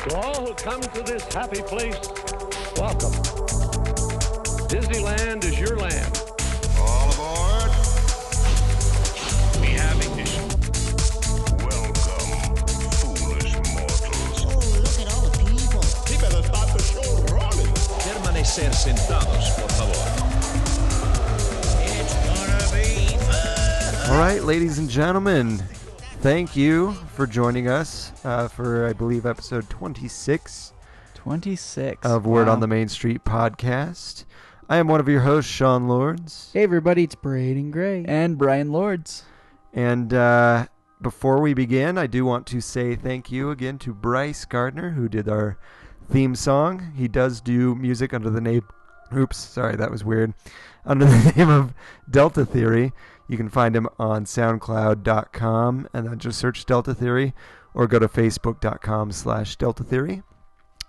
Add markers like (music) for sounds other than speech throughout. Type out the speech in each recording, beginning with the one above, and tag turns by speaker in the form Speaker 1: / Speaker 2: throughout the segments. Speaker 1: come to this happy place, welcome. Disneyland is your land.
Speaker 2: All aboard.
Speaker 3: We have ignition.
Speaker 2: Welcome, foolish mortals.
Speaker 4: Oh, look at all the people.
Speaker 2: Keep it start the show rolling.
Speaker 3: Permanecer sentados, por favor.
Speaker 4: It's gonna be fun.
Speaker 5: All right, ladies and gentlemen, thank you for joining us uh, for, I believe, episode 26
Speaker 6: 26
Speaker 5: of Word
Speaker 6: Wow.
Speaker 5: on the Main Street podcast. I am one of your hosts, Sean Lords.
Speaker 7: Hey everybody, it's Braden Gray.
Speaker 6: and Brian Lords.
Speaker 5: And uh, before we begin, I do want to say thank you again to Bryce Gardner, who did our theme song. He does do music under the name. Oops, sorry, that was weird. (laughs) Under the name of Delta Theory. You can find him on SoundCloud.com and then just search Delta Theory or go to Facebook.com slash Delta Theory.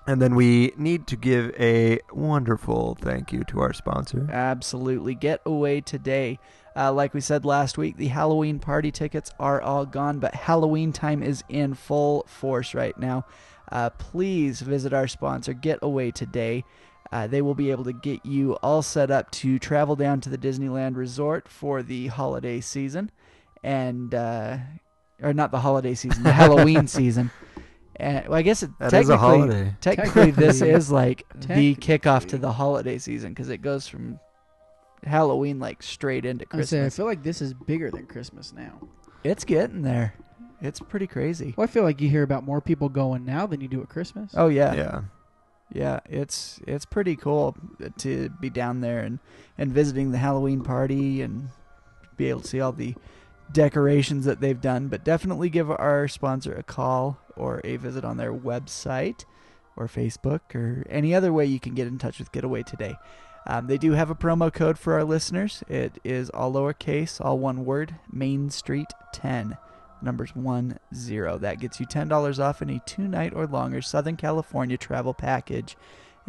Speaker 5: And then we need to give a wonderful thank you to our sponsor.
Speaker 6: Absolutely. Get away today. Uh, like we said last week, the Halloween party tickets are all gone, but Halloween time is in full force right now. Uh, please visit our sponsor, Get Away Today. Uh, they will be able to get you all set up to travel down to the Disneyland Resort for the holiday season. And, uh, or not the holiday season,
Speaker 5: (laughs)
Speaker 6: the Halloween season. And, well, I guess it,
Speaker 5: That
Speaker 6: technically,
Speaker 5: is a holiday.
Speaker 6: technically this
Speaker 7: Technically.
Speaker 6: is like the kickoff to the holiday season because it goes from Halloween like straight into
Speaker 7: I say I
Speaker 6: Christmas.
Speaker 7: feel like this is bigger than Christmas now.
Speaker 6: It's getting there. It's pretty crazy.
Speaker 7: Well, I feel like you hear about more people going now than you do at Christmas.
Speaker 6: Oh yeah. yeah,
Speaker 5: Yeah.
Speaker 6: It's it's pretty cool to be down there and and visiting the Halloween party and be able to see all the decorations that they've done. But definitely give our sponsor a call or a visit on their website or Facebook or any other way you can get in touch with Getaway today. Um, they do have a promo code for our listeners. It is all lowercase, all one word, Main Street 10. Numbers 1 0. That gets you $10 off any two night or longer Southern California travel package.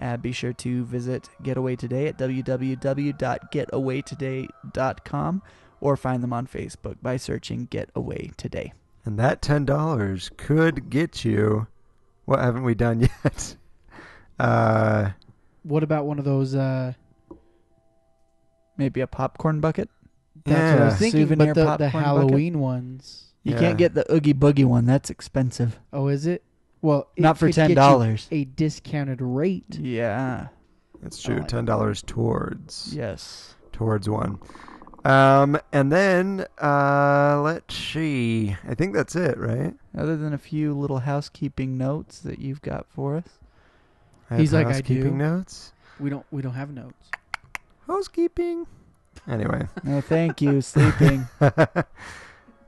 Speaker 6: Uh, be sure to visit Getaway Today at www.getawaytoday.com or find them on Facebook by searching Getaway Today.
Speaker 5: And that ten dollars could get you. What haven't we done (laughs) yet? Uh,
Speaker 7: What about one of those? Uh,
Speaker 6: Maybe a popcorn bucket.
Speaker 7: that's what I
Speaker 5: Yeah.
Speaker 7: was thinking,
Speaker 6: Souvenir
Speaker 7: but the, the
Speaker 6: popcorn bucket?
Speaker 7: Halloween ones.
Speaker 6: You
Speaker 5: Yeah.
Speaker 6: can't get the Oogie Boogie one. That's expensive.
Speaker 7: Oh, is it? Well, it
Speaker 6: Not for
Speaker 7: could get you
Speaker 6: $10.
Speaker 7: A discounted rate.
Speaker 6: Yeah.
Speaker 5: that's
Speaker 6: I
Speaker 7: Oh,
Speaker 5: true.
Speaker 6: like
Speaker 5: Ten dollars towards
Speaker 6: Yes.
Speaker 5: towards one. Um, and then uh, let's see. I think that's it, right?
Speaker 6: Other than a few little housekeeping notes that you've got for us.
Speaker 5: I
Speaker 7: He's
Speaker 5: have
Speaker 7: like, I do.
Speaker 5: housekeeping notes.
Speaker 7: We don't. We don't have notes.
Speaker 5: Housekeeping. Anyway. (laughs)
Speaker 6: No, thank you.
Speaker 7: (laughs)
Speaker 6: Sleeping.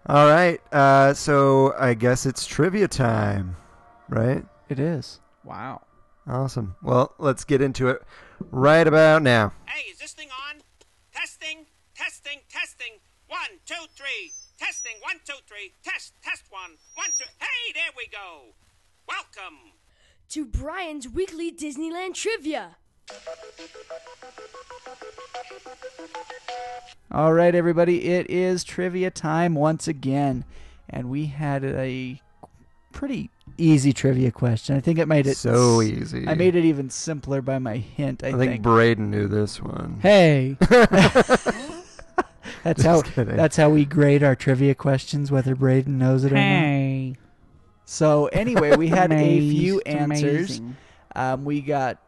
Speaker 5: All right. Uh, so I guess it's trivia time, right?
Speaker 6: It is.
Speaker 7: Wow.
Speaker 5: Awesome. Well, let's get into it right about now.
Speaker 8: Hey, is this thing on? Testing, testing, testing. One, two, three. Testing, one, two, three. Test, test one. One, two. Hey, there we go. Welcome.
Speaker 9: to Brian's weekly Disneyland trivia.
Speaker 6: All right, everybody, it is trivia time once again, and we had a pretty easy trivia question. I think it made it
Speaker 5: so easy.
Speaker 6: I made it even simpler by my hint. I,
Speaker 5: I
Speaker 6: think,
Speaker 5: think Braden knew this one.
Speaker 7: (laughs) Hey,
Speaker 6: that's how
Speaker 5: Just kidding.
Speaker 6: that's how we grade our trivia questions, whether Braden knows it or not.
Speaker 7: hey.
Speaker 6: So anyway, we had a few
Speaker 7: Amazed,
Speaker 6: answers.
Speaker 7: amazing.
Speaker 6: Um, we got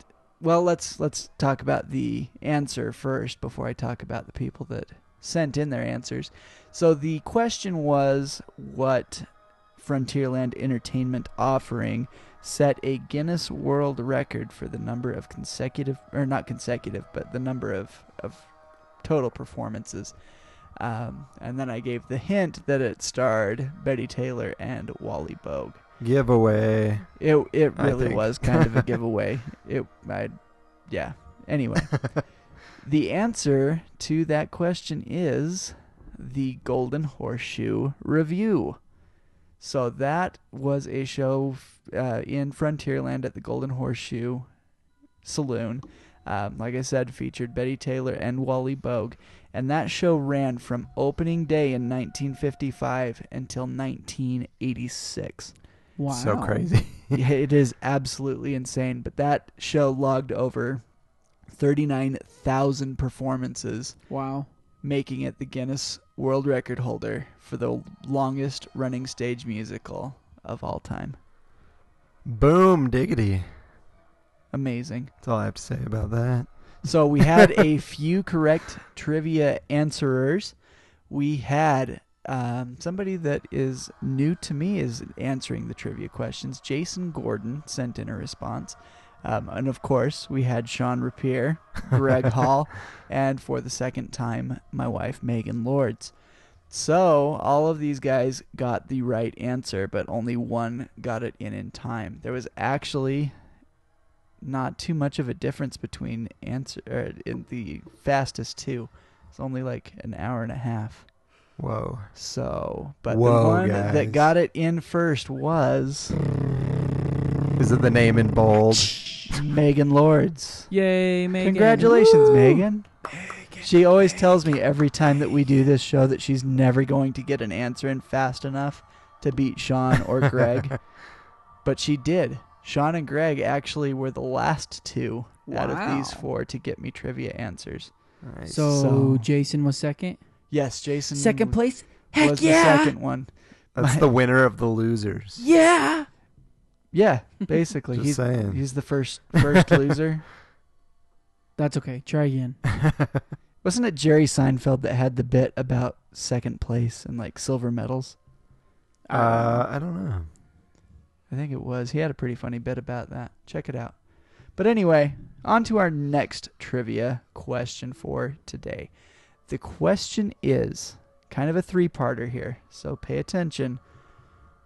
Speaker 6: well. Let's let's talk about the answer first before I talk about the people that sent in their answers. So the question was, what Frontierland entertainment offering set a Guinness World Record for the number of consecutive, or not consecutive, but the number of of total performances. Um, and then I gave the hint that it starred Betty Taylor and Wally Bogue.
Speaker 5: Giveaway.
Speaker 6: It it
Speaker 5: I
Speaker 6: really
Speaker 5: think.
Speaker 6: was kind
Speaker 5: (laughs)
Speaker 6: of a giveaway. It I yeah. Anyway, the answer to that question is the Golden Horseshoe Review. So that was a show uh, in Frontierland at the Golden Horseshoe Saloon. Um, like I said, featured Betty Taylor and Wally Bogue, and that show ran from opening day in 1955 until 1986.
Speaker 7: Wow.
Speaker 5: So crazy. (laughs)
Speaker 6: Yeah, it is absolutely insane. But that show logged over 39,000 performances,
Speaker 7: Wow.
Speaker 6: making it the Guinness World Record holder for the longest running stage musical of all time.
Speaker 5: Boom, diggity.
Speaker 6: Amazing.
Speaker 5: That's all I have to say about that.
Speaker 6: So we had a few correct trivia answerers. We had um, somebody that is new to me is answering the trivia questions. Jason Gordon sent in a response. Um, and of course, we had Sean Rapier, Greg Hall, and for the second time, my wife, Megan Lords. So all of these guys got the right answer, but only one got it in in time. There was actually not too much of a difference between answer er, in the fastest two. It's only like an hour and a half.
Speaker 5: Whoa.
Speaker 6: So, but the
Speaker 5: Whoa,
Speaker 6: one
Speaker 5: guys.
Speaker 6: that got it in
Speaker 5: (laughs)
Speaker 6: first was
Speaker 5: Is it the name in bold?
Speaker 6: Megan Lords.
Speaker 7: Yay, Megan.
Speaker 6: Congratulations, Megan. She always tells me every time that we do this show that she's never going to get an answer in fast enough to beat Sean
Speaker 5: (laughs)
Speaker 6: or Greg. but she did. Sean and Greg actually were the last two out of these
Speaker 7: Wow.
Speaker 6: four to get me trivia answers.
Speaker 5: Nice.
Speaker 7: So,
Speaker 6: So-
Speaker 7: Jason was second.
Speaker 6: Yes, Jason.
Speaker 7: Second place. Heck
Speaker 6: was
Speaker 7: yeah.
Speaker 6: the second one.
Speaker 5: That's the winner of the losers.
Speaker 7: Yeah. (laughs)
Speaker 6: Yeah, basically,
Speaker 5: Just
Speaker 6: he's
Speaker 5: saying.
Speaker 6: he's the first
Speaker 5: (laughs)
Speaker 6: first loser.
Speaker 7: That's okay.
Speaker 6: (laughs)
Speaker 7: Try again.
Speaker 5: Uh,
Speaker 6: Wasn't it Jerry Seinfeld that had the bit about second place and like silver medals?
Speaker 5: Uh, I don't know.
Speaker 6: I think it was. He had a pretty funny bit about that. Check it out. But anyway, on to our next trivia question for today. The question is kind of a three parter here, so pay attention.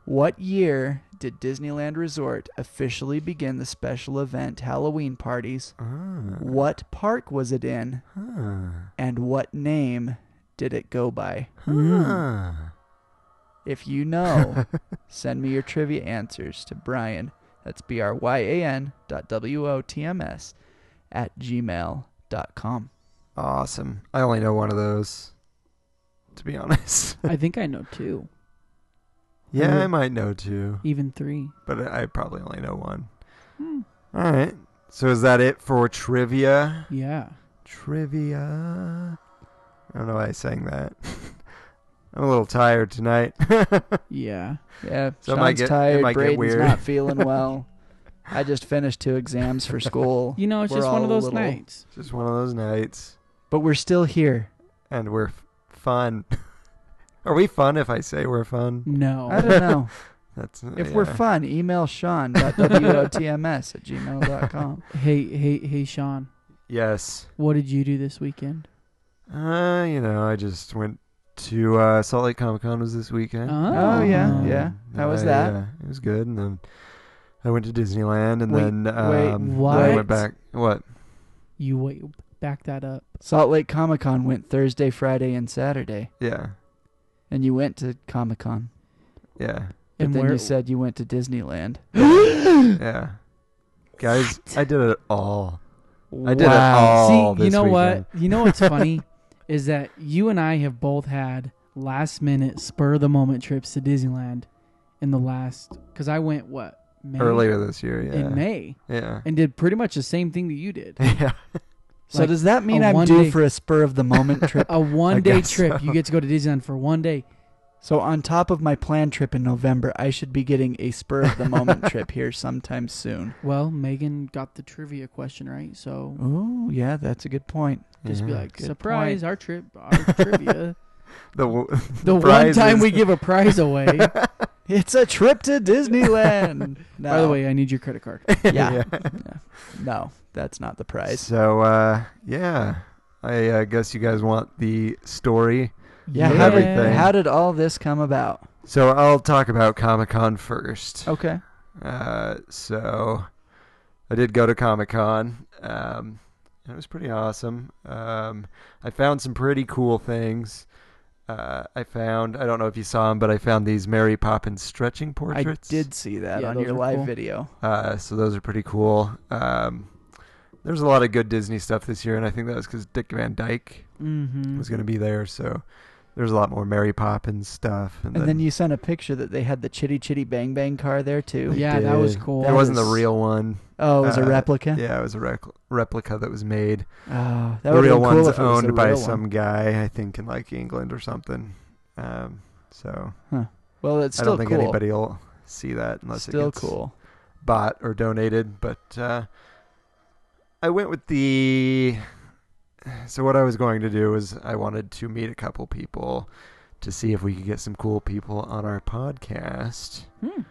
Speaker 6: What year did Disneyland Resort officially begin the special event Halloween parties?
Speaker 5: Uh.
Speaker 6: What park was it in? And what name did it go by?
Speaker 5: Ah.
Speaker 6: If
Speaker 5: (laughs)
Speaker 6: you know, send me your trivia answers to Brian. That's B R Y A N dot W O T M S at gmail dot com.
Speaker 5: Awesome. I only know one of those, to be honest. (laughs)
Speaker 7: I think I know two,
Speaker 5: yeah, I might know two,
Speaker 7: even three.
Speaker 5: but I I probably only know one. All right. So is that it for trivia?
Speaker 7: Yeah.
Speaker 5: Trivia. I don't know why I sang that. (laughs) I'm a little tired tonight. (laughs)
Speaker 7: Yeah.
Speaker 6: Yeah,
Speaker 5: So it
Speaker 6: Sean's
Speaker 5: might get- it
Speaker 6: tired.
Speaker 5: might get
Speaker 6: Braden's
Speaker 5: weird.
Speaker 6: not
Speaker 5: (laughs)
Speaker 6: feeling well. I just finished two exams for school.
Speaker 7: You know, it's
Speaker 6: We're
Speaker 7: just one
Speaker 6: all
Speaker 7: of
Speaker 6: a
Speaker 7: those
Speaker 6: little-
Speaker 7: nights.
Speaker 5: Just one of those nights,
Speaker 6: But we're still here.
Speaker 5: and we're f- fun. (laughs) Are we fun if I say we're fun?
Speaker 6: I
Speaker 7: No.
Speaker 5: (laughs)
Speaker 6: don't know.
Speaker 5: That's uh,
Speaker 6: If we're
Speaker 5: Oh. yeah.
Speaker 6: fun, email Sean dot W O T M S at gmail
Speaker 5: (laughs)
Speaker 6: dot com.
Speaker 7: (laughs) hey, hey, hey, Sean.
Speaker 5: Yes.
Speaker 7: What did you do this weekend?
Speaker 5: Uh, you know, I just went to uh, Salt Lake Comic Con was this weekend.
Speaker 6: Oh, yeah,
Speaker 7: Um,
Speaker 6: yeah. How was
Speaker 5: I,
Speaker 6: that?
Speaker 5: uh, it was good, and then I went to Disneyland, and
Speaker 6: Wait,
Speaker 5: then
Speaker 6: wait,
Speaker 5: um, then I
Speaker 7: what?
Speaker 5: went back. What?
Speaker 7: You wait. Back that up.
Speaker 6: Salt Lake Comic Con went Thursday, Friday, and Saturday,
Speaker 5: Yeah,
Speaker 6: and you went to Comic Con.
Speaker 5: yeah,
Speaker 6: But
Speaker 7: and
Speaker 6: then
Speaker 7: where
Speaker 6: you said you went to Disneyland.
Speaker 5: yeah. Guys, I did it all. I did it all.
Speaker 7: See, you
Speaker 5: this
Speaker 7: know
Speaker 5: weekend.
Speaker 7: what? You
Speaker 6: (laughs)
Speaker 7: know what's funny is that you and I have both had last minute spur of the moment trips to Disneyland in the last cuz I went what?
Speaker 5: (laughs)
Speaker 7: May?
Speaker 5: Earlier this year, yeah,
Speaker 7: in May (laughs)
Speaker 5: yeah, (laughs)
Speaker 7: and did pretty much the same thing that
Speaker 6: (laughs)
Speaker 7: you did.
Speaker 5: yeah.
Speaker 6: So
Speaker 7: Like,
Speaker 6: does that mean
Speaker 7: a
Speaker 6: I'm
Speaker 7: one
Speaker 6: due
Speaker 7: day-
Speaker 6: for a spur of the moment trip?
Speaker 7: A one-day
Speaker 5: guess
Speaker 7: trip.
Speaker 5: so.
Speaker 7: You get to go to Disneyland for one day.
Speaker 6: So on top of my planned trip in November, I should be getting a spur of the moment trip here sometime soon.
Speaker 7: Well, Megan got the trivia question right, so
Speaker 6: Oh yeah, that's a good point.
Speaker 7: just be
Speaker 5: Yeah.
Speaker 7: like,
Speaker 6: Good
Speaker 7: "Surprise, our trip, (laughs) our trivia."
Speaker 5: The w- (laughs)
Speaker 7: The one
Speaker 5: prize
Speaker 7: time
Speaker 5: is-
Speaker 7: we give a prize (laughs) away.
Speaker 6: It's a trip to Disneyland. No,
Speaker 7: By the way, I need your
Speaker 5: (laughs)
Speaker 7: credit card.
Speaker 6: (laughs) yeah, no, that's not the prize.
Speaker 5: So uh, yeah, I uh, guess you guys want the story.
Speaker 6: Yeah,
Speaker 5: Yeah.
Speaker 6: How, did,
Speaker 5: Everything.
Speaker 6: how did all this come about?
Speaker 5: So I'll talk about Comic Con first.
Speaker 6: Okay,
Speaker 5: Uh, so I did go to Comic Con. Um, and it was pretty awesome. Um, I found some pretty cool things. Uh, I found, I don't know if you saw them, but I found these Mary Poppins stretching
Speaker 6: I
Speaker 5: portraits.
Speaker 6: did see that
Speaker 7: Yeah,
Speaker 6: on
Speaker 7: those
Speaker 6: your
Speaker 7: are
Speaker 6: live
Speaker 7: cool.
Speaker 6: video.
Speaker 5: Uh, so those are pretty cool. Um, there's a lot of good Disney stuff this year, and I think that was because Dick Van Dyke
Speaker 7: Mm-hmm.
Speaker 5: was going to be there. So there's a lot more Mary Poppins stuff. And,
Speaker 6: And then you sent a picture that they had the Chitty Chitty Bang Bang car there too.
Speaker 5: they
Speaker 7: Yeah, that was
Speaker 5: did.
Speaker 7: cool.
Speaker 5: It
Speaker 6: That
Speaker 5: wasn't the
Speaker 6: was-
Speaker 5: real one.
Speaker 6: Oh, it was
Speaker 5: Uh,
Speaker 6: a replica.
Speaker 5: Yeah, it was a rec- replica that was made.
Speaker 6: Oh, that
Speaker 5: the
Speaker 6: would
Speaker 5: real
Speaker 6: have been cool
Speaker 5: one's
Speaker 6: if it was
Speaker 5: owned
Speaker 6: the
Speaker 5: by
Speaker 6: real one.
Speaker 5: some guy, I think, in like England or something. Um, so
Speaker 6: Well, it's
Speaker 5: I
Speaker 6: still
Speaker 5: don't think
Speaker 6: cool.
Speaker 5: anybody will see that unless
Speaker 6: still
Speaker 5: it gets
Speaker 6: cool.
Speaker 5: bought or donated. But uh, I went with the. So what I was going to do is I wanted to meet a couple people to see if we could get some cool people on our podcast.
Speaker 7: Hmm.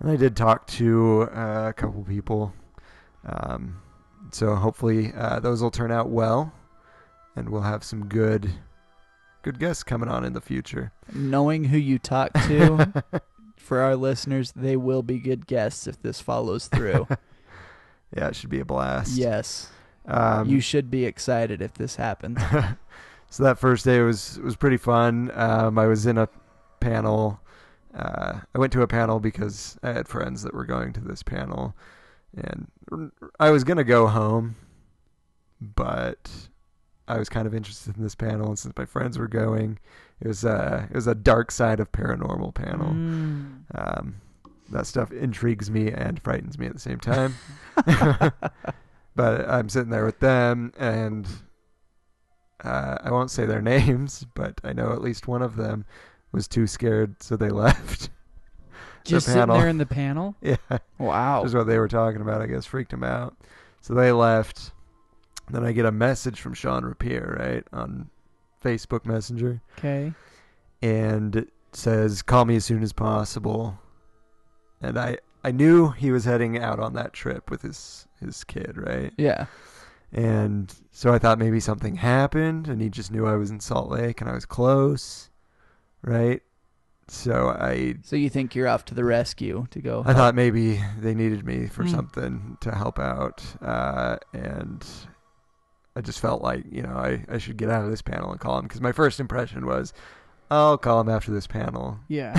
Speaker 5: And I did talk to uh, a couple people. Um, so hopefully uh, those will turn out well, and we'll have some good, good guests coming on in the future.
Speaker 6: Knowing who you talk to, for our listeners, they will be good guests if
Speaker 5: (laughs)
Speaker 6: this follows through.
Speaker 5: (laughs) Yeah, it should be a blast.
Speaker 6: yes,
Speaker 5: um,
Speaker 6: you should be excited if
Speaker 5: (laughs)
Speaker 6: this happens.
Speaker 5: so that first day was was pretty fun. Um, I was in a panel. Uh, I went to a panel because I had friends that were going to this panel, and r- I was gonna go home, but I was kind of interested in this panel, and since my friends were going, it was a it was a dark side of paranormal panel.
Speaker 7: Mm.
Speaker 5: Um, that stuff intrigues me and frightens me at the same time. (laughs) but I'm sitting there with them, and uh, I won't say their (laughs) names, but I know at least one of them was too scared, so they (laughs) left.
Speaker 7: Just sitting
Speaker 5: panel.
Speaker 7: there in the panel.
Speaker 5: yeah,
Speaker 6: Wow.
Speaker 5: is what they were talking about. I guess freaked them out, so they left. Then I get a message from Sean Rapier, right, on Facebook Messenger,
Speaker 7: Okay.
Speaker 5: and it says, "Call me as soon as possible." And I, I knew he was heading out on that trip with his his kid, right?
Speaker 6: Yeah.
Speaker 5: And so I thought maybe something happened and he just knew I was in Salt Lake and I was close, right? So I
Speaker 6: So you think you're off to the rescue to go?
Speaker 5: I thought maybe they needed me for
Speaker 7: Mm.
Speaker 5: something to help out. Uh, and I just felt like, you know, I, I should get out of this panel and call him because my first impression was I'll call him after this panel (laughs)
Speaker 7: Yeah.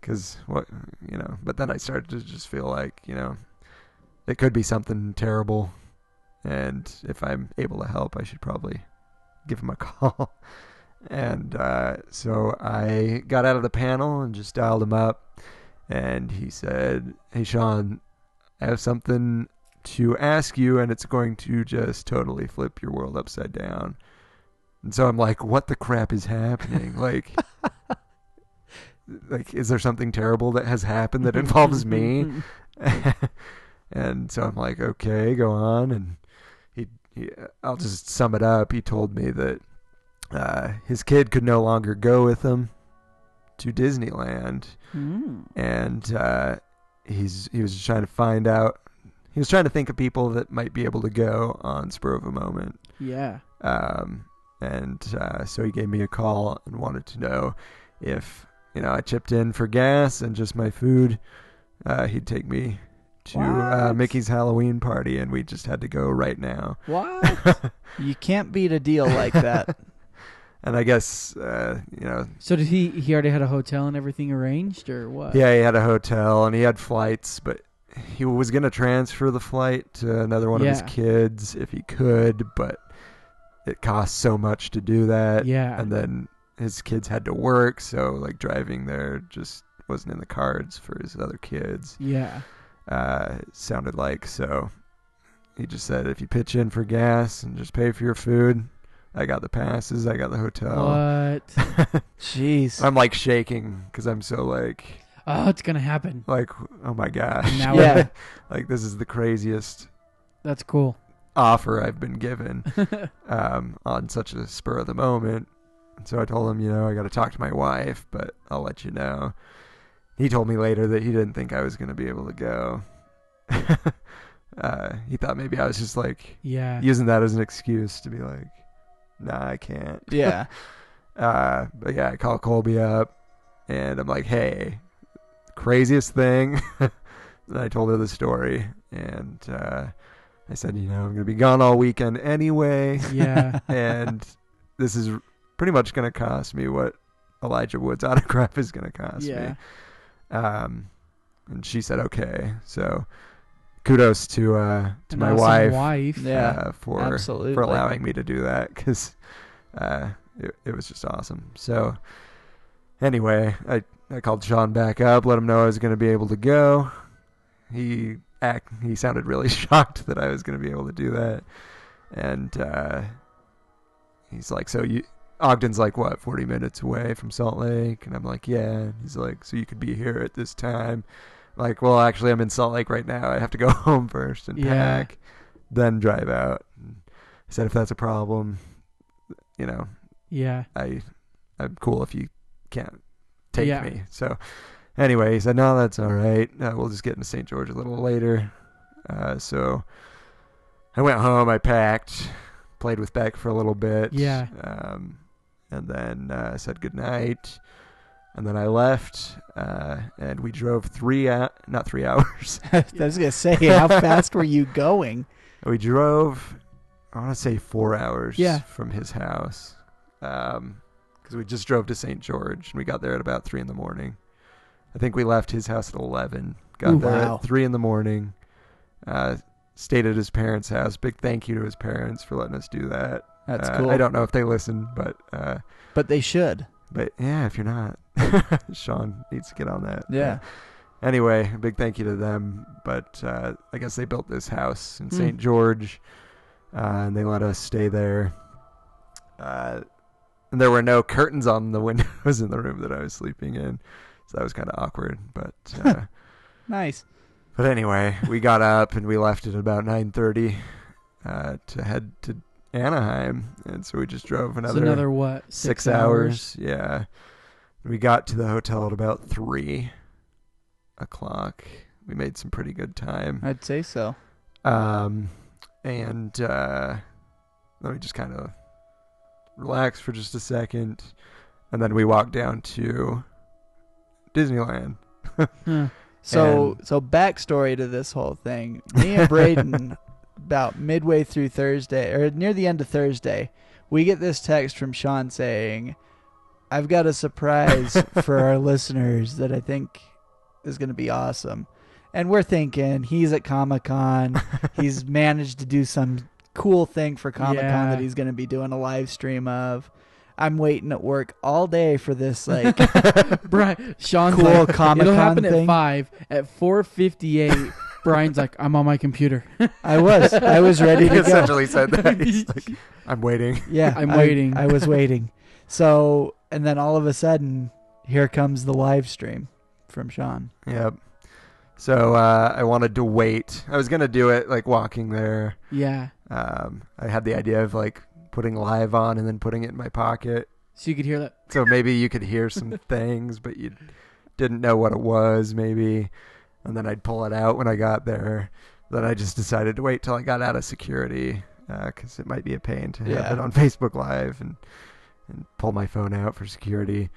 Speaker 5: because what you know but then i started to just feel like you know it could be something terrible and if i'm able to help i should probably give him a (laughs) call and uh, so i got out of the panel and just dialed him up and he said hey sean i have something to ask you and it's going to just totally flip your world upside down and so i'm like what the crap is happening like like is there something terrible that has happened that involves
Speaker 7: (laughs)
Speaker 5: me and so i'm like okay go on and he, he i'll just sum it up he told me that uh, his kid could no longer go with him to disneyland
Speaker 7: Mm.
Speaker 5: and uh, he's he was just trying to find out he was trying to think of people that might be able to go on spur of a moment
Speaker 7: Yeah.
Speaker 5: um, and uh, so he gave me a call and wanted to know if you know I chipped in for gas and just my food. Uh, he'd take me to uh,
Speaker 7: What?
Speaker 5: Mickey's Halloween party, and we just had to go right now.
Speaker 7: What?
Speaker 6: You can't beat a deal like
Speaker 5: (laughs)
Speaker 6: that. (laughs)
Speaker 5: And I guess uh, you know,
Speaker 7: (laughs) so did he? He already had a hotel and everything arranged, or what?
Speaker 5: yeah, he had a hotel and he had flights, but he was gonna transfer the flight to another one of
Speaker 7: Yeah.
Speaker 5: his kids if he could, but it costs so much to do that.
Speaker 7: Yeah.
Speaker 5: and then his kids had to work, so like driving there just wasn't in the cards for his other kids.
Speaker 7: yeah.
Speaker 5: Uh, it sounded like so. He just said, if you pitch in for gas and just pay for your food, I got the passes, I got the hotel.
Speaker 7: What?
Speaker 5: (laughs)
Speaker 6: Jeez.
Speaker 5: I'm like shaking because I'm so like,
Speaker 7: Oh, it's gonna happen.
Speaker 5: (laughs) like, oh my gosh, (laughs)
Speaker 7: Now
Speaker 6: Yeah.
Speaker 5: like this is the craziest
Speaker 7: That's cool. (laughs)
Speaker 5: offer I've been given um, on such a spur of the moment. So I told him, you know, I got to talk to my wife, but I'll let you know. He told me later that he didn't think I was going to be able to go. (laughs) uh, he thought maybe I was just like
Speaker 7: Yeah.
Speaker 5: using that as an excuse to be like, nah, I can't.
Speaker 6: yeah.
Speaker 5: (laughs) Uh, but yeah, I call Colby up and I'm like, hey, craziest thing. (laughs) and I told her the story. And uh, I said, you know, I'm going to be gone all weekend anyway. (laughs)
Speaker 7: Yeah.
Speaker 5: and
Speaker 7: (laughs)
Speaker 5: this is pretty much going to cost me what Elijah Wood's (laughs) autograph is going to cost
Speaker 7: yeah.
Speaker 5: me. Um, and she said, okay. So kudos to, uh, to
Speaker 7: An
Speaker 5: my
Speaker 7: awesome
Speaker 5: wife
Speaker 7: wife.
Speaker 6: Yeah. (laughs)
Speaker 5: uh, for
Speaker 6: absolutely.
Speaker 5: for allowing me to do that because uh, it, it was just awesome. So anyway, I, I called Sean back up, let him know I was going to be able to go. He act he sounded really (laughs) shocked that I was going to be able to do that, and uh, he's like, "So you." Ogden's like what, 40 minutes away from Salt Lake, and I'm like, yeah. And he's like, so you could be here at this time. Like, well, actually, I'm in Salt Lake right now. I have to go (laughs) home first and
Speaker 7: Yeah.
Speaker 5: pack, then drive out. And I said, if that's a problem, you know,
Speaker 7: Yeah.
Speaker 5: I I'm cool if you can't take
Speaker 7: Yeah.
Speaker 5: me. So anyway, he said, no, that's all right. Uh, we'll just get into St. George a little later. Uh, so I went home. I packed, played with Beck for a little bit.
Speaker 7: Yeah.
Speaker 5: Um, and then uh, said good night. And then I left, uh, and we drove three ou- not three (laughs) hours.
Speaker 6: I was gonna say,
Speaker 5: (laughs)
Speaker 6: how fast were you going?
Speaker 5: we drove, I want to say four hours.
Speaker 7: Yeah.
Speaker 5: from his house, because we just drove to St. George and we got there at about three in the morning. I think we left his house at eleven. Got
Speaker 6: Ooh,
Speaker 5: there
Speaker 6: wow.
Speaker 5: at three in the morning. Uh, stayed at his parents' house. Big thank you to his parents for letting us do that.
Speaker 6: That's
Speaker 5: Uh,
Speaker 6: cool.
Speaker 5: I don't know if they listen, but uh,
Speaker 6: but they should.
Speaker 5: but yeah, if you're not, (laughs) Sean needs to get on that.
Speaker 6: Yeah.
Speaker 5: Anyway, a big thank you to them. But uh, I guess they built this house in
Speaker 7: Mm.
Speaker 5: St. George, uh, and they let us stay there. Uh, and there were no curtains on the (laughs) windows in the room that I was sleeping in, so that was kind of awkward. But
Speaker 7: (laughs)
Speaker 5: uh,
Speaker 6: Nice.
Speaker 5: but anyway, we got up and we left at about nine thirty uh, to head to Anaheim, and so we just drove
Speaker 7: It's
Speaker 5: another
Speaker 7: another what?
Speaker 5: six, hours. Yeah. We got to the hotel at about three o'clock. We made some pretty good time.
Speaker 6: I'd say so.
Speaker 5: Um, and uh, let me just kind of relax for just a second. And then we walked down to Disneyland.
Speaker 7: Huh.
Speaker 6: So
Speaker 5: And-
Speaker 6: so backstory to this whole thing. Me and
Speaker 7: (laughs)
Speaker 6: Braden about midway through Thursday or near the end of Thursday, we get this text from Sean saying, I've got a
Speaker 7: (laughs)
Speaker 6: surprise for our listeners that I think is gonna be awesome. And we're thinking he's at Comic Con.
Speaker 5: (laughs)
Speaker 7: (laughs)
Speaker 6: he's managed to do some cool thing for Comic Con
Speaker 7: Yeah.
Speaker 6: that he's gonna be doing a live stream of. I'm waiting at work all day for this
Speaker 7: (laughs)
Speaker 6: like
Speaker 7: Brian, Sean's
Speaker 6: Cool
Speaker 7: like,
Speaker 6: Comic-Con
Speaker 7: it'll happen
Speaker 6: thing."
Speaker 7: at five. At
Speaker 5: (laughs)
Speaker 7: four fifty-eight, Brian's like, I'm on my computer.
Speaker 6: I was. I was ready
Speaker 5: He (laughs)
Speaker 6: to go.
Speaker 5: essentially said
Speaker 7: (laughs)
Speaker 5: that. He's like, I'm waiting.
Speaker 6: Yeah,
Speaker 7: I'm
Speaker 6: I-
Speaker 7: waiting.
Speaker 6: I, was waiting. So, and then all of a sudden, here comes the live stream from Sean.
Speaker 5: Yep. So uh, I wanted to wait. I was going to do it like walking there.
Speaker 7: yeah,
Speaker 5: Um, I had the idea of like putting live on and then putting it in my pocket,
Speaker 7: so you could hear that.
Speaker 5: so maybe you could hear
Speaker 7: (laughs)
Speaker 5: some things, but you didn't know what it was, maybe. And then I'd pull it out when I got there. Then I just decided to wait till I got out of security because it might be a pain to
Speaker 6: Yeah.
Speaker 5: have it on (laughs) Facebook Live and and pull my phone out for security.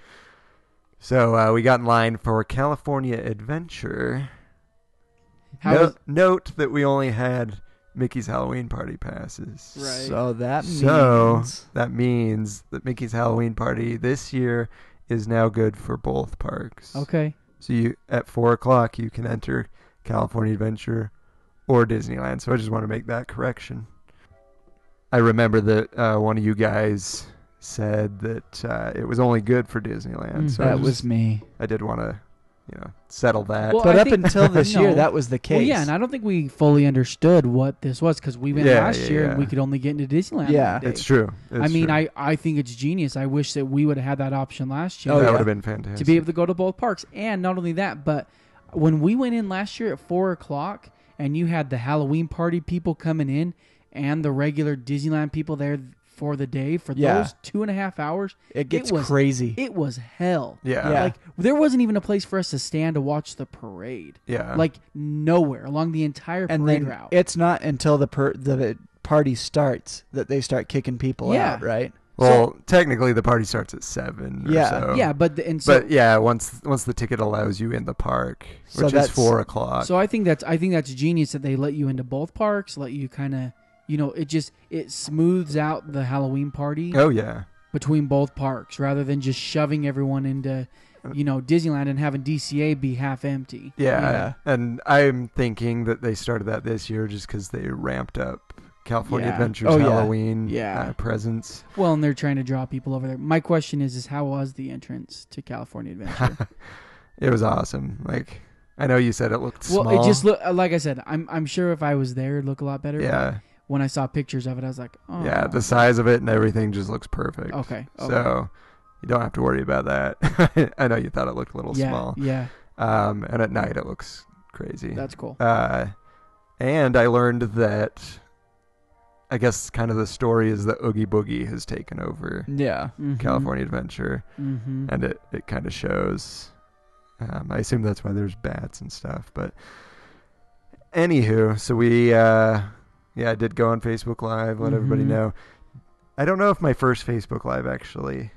Speaker 5: So uh, we got in line for California Adventure.
Speaker 7: How
Speaker 5: No-
Speaker 7: was-
Speaker 5: note that we only had Mickey's Halloween party passes.
Speaker 7: Right.
Speaker 6: So that means
Speaker 5: So- That means that Mickey's Halloween party this year is now good for both parks.
Speaker 7: okay.
Speaker 5: So you at four o'clock you can enter California Adventure or Disneyland. So I just want to make that correction. I remember that uh, one of you guys said that uh, it was only good for Disneyland.
Speaker 7: Mm.
Speaker 5: so I
Speaker 6: that
Speaker 5: just-
Speaker 6: was me.
Speaker 5: I did want to, you know, settle that.
Speaker 7: Well,
Speaker 6: but
Speaker 7: I
Speaker 6: up
Speaker 7: think- (laughs)
Speaker 6: until this year,
Speaker 7: No.
Speaker 6: that was the case.
Speaker 7: Well, yeah, and I don't think we fully understood what this was because we went
Speaker 5: Yeah,
Speaker 7: last
Speaker 5: yeah,
Speaker 7: year
Speaker 5: yeah.
Speaker 7: and we could only get into Disneyland.
Speaker 6: Yeah.
Speaker 7: that day.
Speaker 5: it's true.
Speaker 7: I mean, I, I think it's genius. I wish that we would have had that option last year
Speaker 5: that
Speaker 6: Oh, yeah.
Speaker 5: would have been fantastic.
Speaker 7: to be able to go to both parks. And not only that, but when we went in last year at four o'clock and you had the Halloween party people coming in and the regular Disneyland people there for the day for
Speaker 6: Yeah.
Speaker 7: those two and a half hours,
Speaker 6: it gets
Speaker 7: was,
Speaker 6: crazy.
Speaker 7: It was hell.
Speaker 5: yeah,
Speaker 6: Yeah.
Speaker 7: Like there wasn't even a place for us to stand to watch the parade.
Speaker 5: yeah,
Speaker 7: Like nowhere along the entire parade
Speaker 6: and then
Speaker 7: route.
Speaker 6: it's not until the per- the party starts that they start kicking people
Speaker 7: Yeah.
Speaker 6: out, right?
Speaker 5: Well, technically the party starts at seven. Or
Speaker 6: Yeah.
Speaker 5: so.
Speaker 7: yeah, but the, and so
Speaker 5: but yeah, once once the ticket allows you in the park,
Speaker 6: So
Speaker 5: which is
Speaker 6: that's-
Speaker 5: four
Speaker 6: uh,
Speaker 5: o'clock.
Speaker 7: So I think that's I think that's genius that they let you into both parks, let you kind of you know it just it smooths out the Halloween party
Speaker 5: oh yeah,
Speaker 7: between both parks rather than just shoving everyone into you know Disneyland and having DCA be half empty.
Speaker 5: yeah, and I'm thinking that they started that this year just because they ramped up California
Speaker 6: Yeah.
Speaker 5: Adventures
Speaker 6: Oh, yeah.
Speaker 5: Halloween
Speaker 6: Yeah.
Speaker 5: Uh,
Speaker 7: (laughs)
Speaker 5: presence.
Speaker 7: Well, and they're trying to draw people over there. My question is, is how was the entrance to
Speaker 5: (laughs)
Speaker 7: California Adventure?
Speaker 5: It was awesome. Like I know you said it looked
Speaker 7: well,
Speaker 5: small.
Speaker 7: it just look like I said. I'm I'm sure if I was there, it'd look a lot better.
Speaker 5: yeah,
Speaker 7: When I saw pictures of it, I was like, oh.
Speaker 5: yeah. The size of it and everything just looks perfect.
Speaker 7: Okay, okay.
Speaker 5: So you don't have to worry about that. (laughs) I know you thought it looked a little
Speaker 7: yeah,
Speaker 5: small.
Speaker 7: yeah,
Speaker 5: Um, and at night it looks crazy.
Speaker 7: that's cool.
Speaker 5: Uh, and I learned that I guess kind of the story is that Oogie Boogie has taken over
Speaker 6: Yeah.
Speaker 5: California Adventure,
Speaker 7: Mm-hmm.
Speaker 5: and it, it kind of shows. Um, I assume that's why there's bats and stuff. But anywho, so we uh, yeah, I did go on Facebook Live, let everybody
Speaker 7: Mhm.
Speaker 5: know. I don't know if my first Facebook Live actually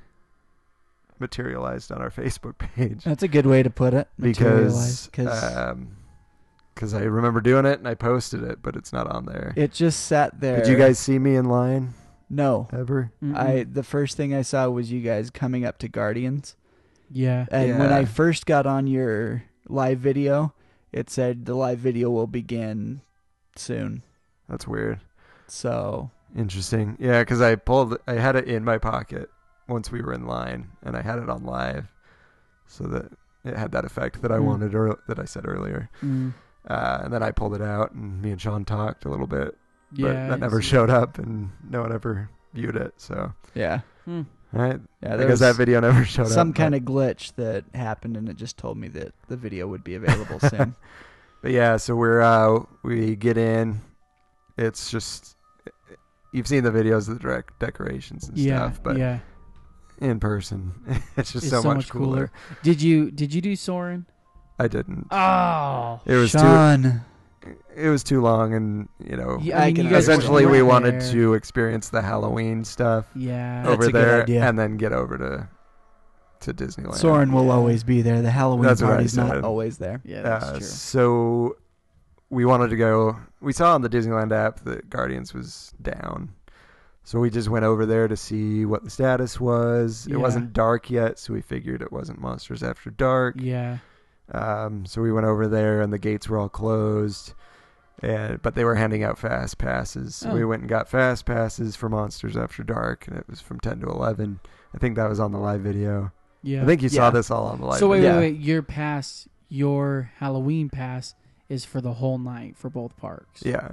Speaker 5: materialized on our (laughs) Facebook page
Speaker 6: That's a good way to put it.
Speaker 5: because
Speaker 6: because
Speaker 5: um 'cause I remember doing it and I posted it, but it's not on there.
Speaker 6: it just sat there.
Speaker 5: Did you guys see me in line
Speaker 6: No.
Speaker 5: ever?
Speaker 7: mm-hmm.
Speaker 6: I the first thing I saw was you guys coming up to Guardians,
Speaker 7: yeah.
Speaker 6: and when
Speaker 5: Yeah.
Speaker 6: I first got on your live video, it said the live video will begin soon.
Speaker 5: That's weird.
Speaker 6: So
Speaker 5: Interesting. Yeah, because I pulled, I had it in my pocket once we were in line, and I had it on live, so that it had that effect that I
Speaker 6: Hmm.
Speaker 7: Mm.
Speaker 5: wanted or that I said earlier.
Speaker 7: Mm.
Speaker 5: Uh, and then I pulled it out, and me and Sean talked a little bit,
Speaker 7: Yeah.
Speaker 5: but
Speaker 7: I
Speaker 5: that never
Speaker 7: see.
Speaker 5: showed up, and no one ever viewed it. So,
Speaker 6: yeah,
Speaker 7: Hmm.
Speaker 5: all right,
Speaker 6: yeah,
Speaker 5: I guess that video never (laughs) showed up.
Speaker 6: some
Speaker 5: but-
Speaker 6: kind of glitch that happened, and it just told me that the video would
Speaker 5: (laughs)
Speaker 6: be available soon.
Speaker 5: But yeah, so we're uh we get in. It's just you've seen the videos of the direct decorations and
Speaker 7: Yeah.
Speaker 5: stuff, but
Speaker 7: yeah.
Speaker 5: in person, (laughs) it's just
Speaker 7: It's
Speaker 5: so, much, cooler.
Speaker 7: Did you did you do Soren?
Speaker 5: I didn't.
Speaker 7: Oh.
Speaker 5: It was
Speaker 6: Sean,
Speaker 5: too it was too long, and you know,
Speaker 7: Yeah, I
Speaker 6: I
Speaker 7: mean,
Speaker 6: can
Speaker 7: you guys
Speaker 5: essentially
Speaker 7: were
Speaker 5: we
Speaker 7: there.
Speaker 5: wanted to Oh, experience the Halloween stuff
Speaker 7: Yeah.
Speaker 6: That's
Speaker 5: over
Speaker 6: a good
Speaker 5: there,
Speaker 6: idea.
Speaker 5: and then get over to to Disneyland.
Speaker 6: Soren will always be there. The Halloween
Speaker 5: That's what I
Speaker 6: party's
Speaker 5: said.
Speaker 6: not always there.
Speaker 7: Yeah, that's
Speaker 5: Uh,
Speaker 7: true.
Speaker 5: so we wanted to go. We saw on the Disneyland app that Guardians was down, so we just went over there to see what the status was.
Speaker 7: Yeah.
Speaker 5: It wasn't dark yet, so we figured it wasn't Monsters After Dark.
Speaker 7: Yeah.
Speaker 5: Um, so we went over there, and the gates were all closed. And, but they were handing out fast passes. So
Speaker 7: Oh.
Speaker 5: we went and got fast passes for Monsters After Dark, and it was from 10 to 11. I think that was on the live video.
Speaker 7: Yeah.
Speaker 5: I think you saw
Speaker 6: Yeah.
Speaker 5: this all on the live
Speaker 7: so wait,
Speaker 5: video.
Speaker 6: Yeah.
Speaker 7: wait, wait. Your pass, your Halloween pass, is for the whole night for both parks.
Speaker 5: Yeah.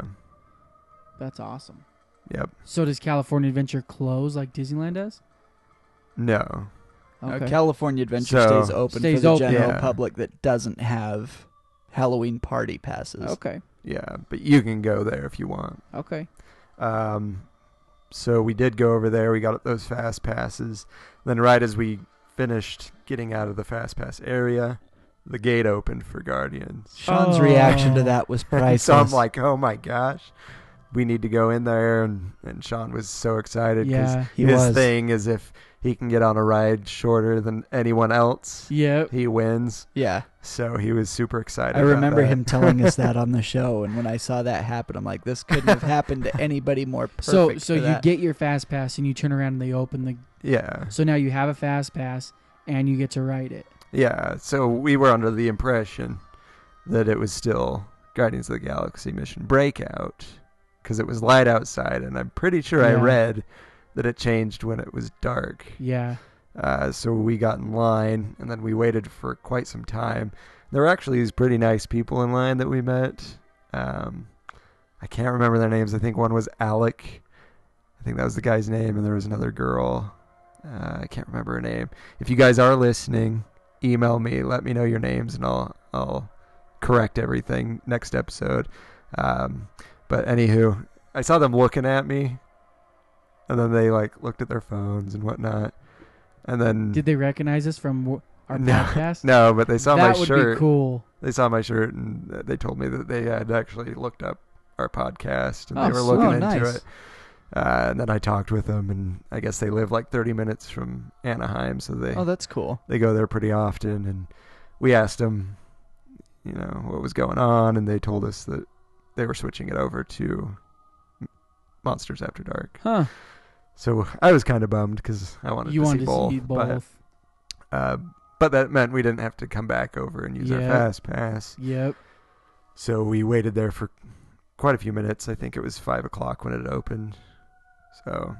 Speaker 7: That's awesome.
Speaker 5: Yep.
Speaker 7: So does California Adventure close like Disneyland does?
Speaker 5: No.
Speaker 6: Uh,
Speaker 7: Okay.
Speaker 6: California Adventure
Speaker 5: So-
Speaker 6: stays open
Speaker 7: Stays
Speaker 6: for the
Speaker 7: open.
Speaker 6: general
Speaker 5: Yeah.
Speaker 6: public that doesn't have Halloween party passes.
Speaker 7: okay.
Speaker 5: Yeah, but you can go there if you want.
Speaker 7: Okay.
Speaker 5: Um, so we did go over there. We got those fast passes. Then, right as we finished getting out of the fast pass area, the gate opened for Guardians. (laughs)
Speaker 6: Sean's reaction to
Speaker 7: Oh.
Speaker 6: that was priceless.
Speaker 5: so I'm like, oh my gosh, we need to go in there. And, and Sean was so excited because
Speaker 7: Yeah.
Speaker 6: he
Speaker 5: his
Speaker 6: was.
Speaker 5: thing is if he can get on a ride shorter than anyone else,
Speaker 7: Yep.
Speaker 5: he wins.
Speaker 6: yeah,
Speaker 5: So he was super excited.
Speaker 6: I
Speaker 5: about
Speaker 6: remember
Speaker 5: that.
Speaker 6: him telling us (laughs) that on the show, and when I saw that happen, I'm like, this couldn't have happened to anybody more (laughs) perfect.
Speaker 7: So so
Speaker 6: for
Speaker 7: you
Speaker 6: that.
Speaker 7: get your fast pass and you turn around and they open the.
Speaker 5: (laughs) Yeah.
Speaker 7: So now you have a fast pass and you get to ride it.
Speaker 5: Yeah, so we were under the impression that it was still Guardians of the Galaxy Mission Breakout because it was light outside, and I'm pretty sure I
Speaker 7: Yeah.
Speaker 5: read that it changed when it was dark.
Speaker 7: Yeah.
Speaker 5: Uh, so we got in line, and then we waited for quite some time. There were actually these pretty nice people in line that we met. Um, I can't remember their names. I think one was Alec. I think that was the guy's name, and there was another girl. Uh, I can't remember her name. If you guys are listening, email me. Let me know your names, and I'll I'll correct everything next episode. Um, but anywho, I saw them looking at me, and then they like looked at their phones and whatnot, and then
Speaker 7: Did they recognize us from w- our
Speaker 5: Mm. (laughs) No,
Speaker 7: podcast?
Speaker 5: no, but they saw
Speaker 7: that
Speaker 5: my
Speaker 7: would
Speaker 5: shirt.
Speaker 7: be cool.
Speaker 5: They saw my shirt and they told me that they had actually looked up our podcast and
Speaker 7: Oh,
Speaker 5: they were
Speaker 7: sweet.
Speaker 5: looking
Speaker 7: Oh,
Speaker 5: into
Speaker 7: nice.
Speaker 5: it. Uh, and then I talked with them, and I guess they live like 30 minutes from Anaheim, so they
Speaker 6: oh, that's cool.
Speaker 5: they go there pretty often. And we asked them, you know, what was going on, and they told us that they were switching it over to Monsters After Dark.
Speaker 7: Huh.
Speaker 5: So I was kind of bummed because I wanted
Speaker 7: you
Speaker 5: to
Speaker 7: want
Speaker 5: see
Speaker 7: to
Speaker 5: both.
Speaker 7: see
Speaker 5: but-
Speaker 7: both.
Speaker 5: uh, but that meant we didn't have to come back over and use our
Speaker 7: Yeah.
Speaker 5: fast pass.
Speaker 7: Yep.
Speaker 5: So we waited there for quite a few minutes. I think it was five o'clock when it opened, so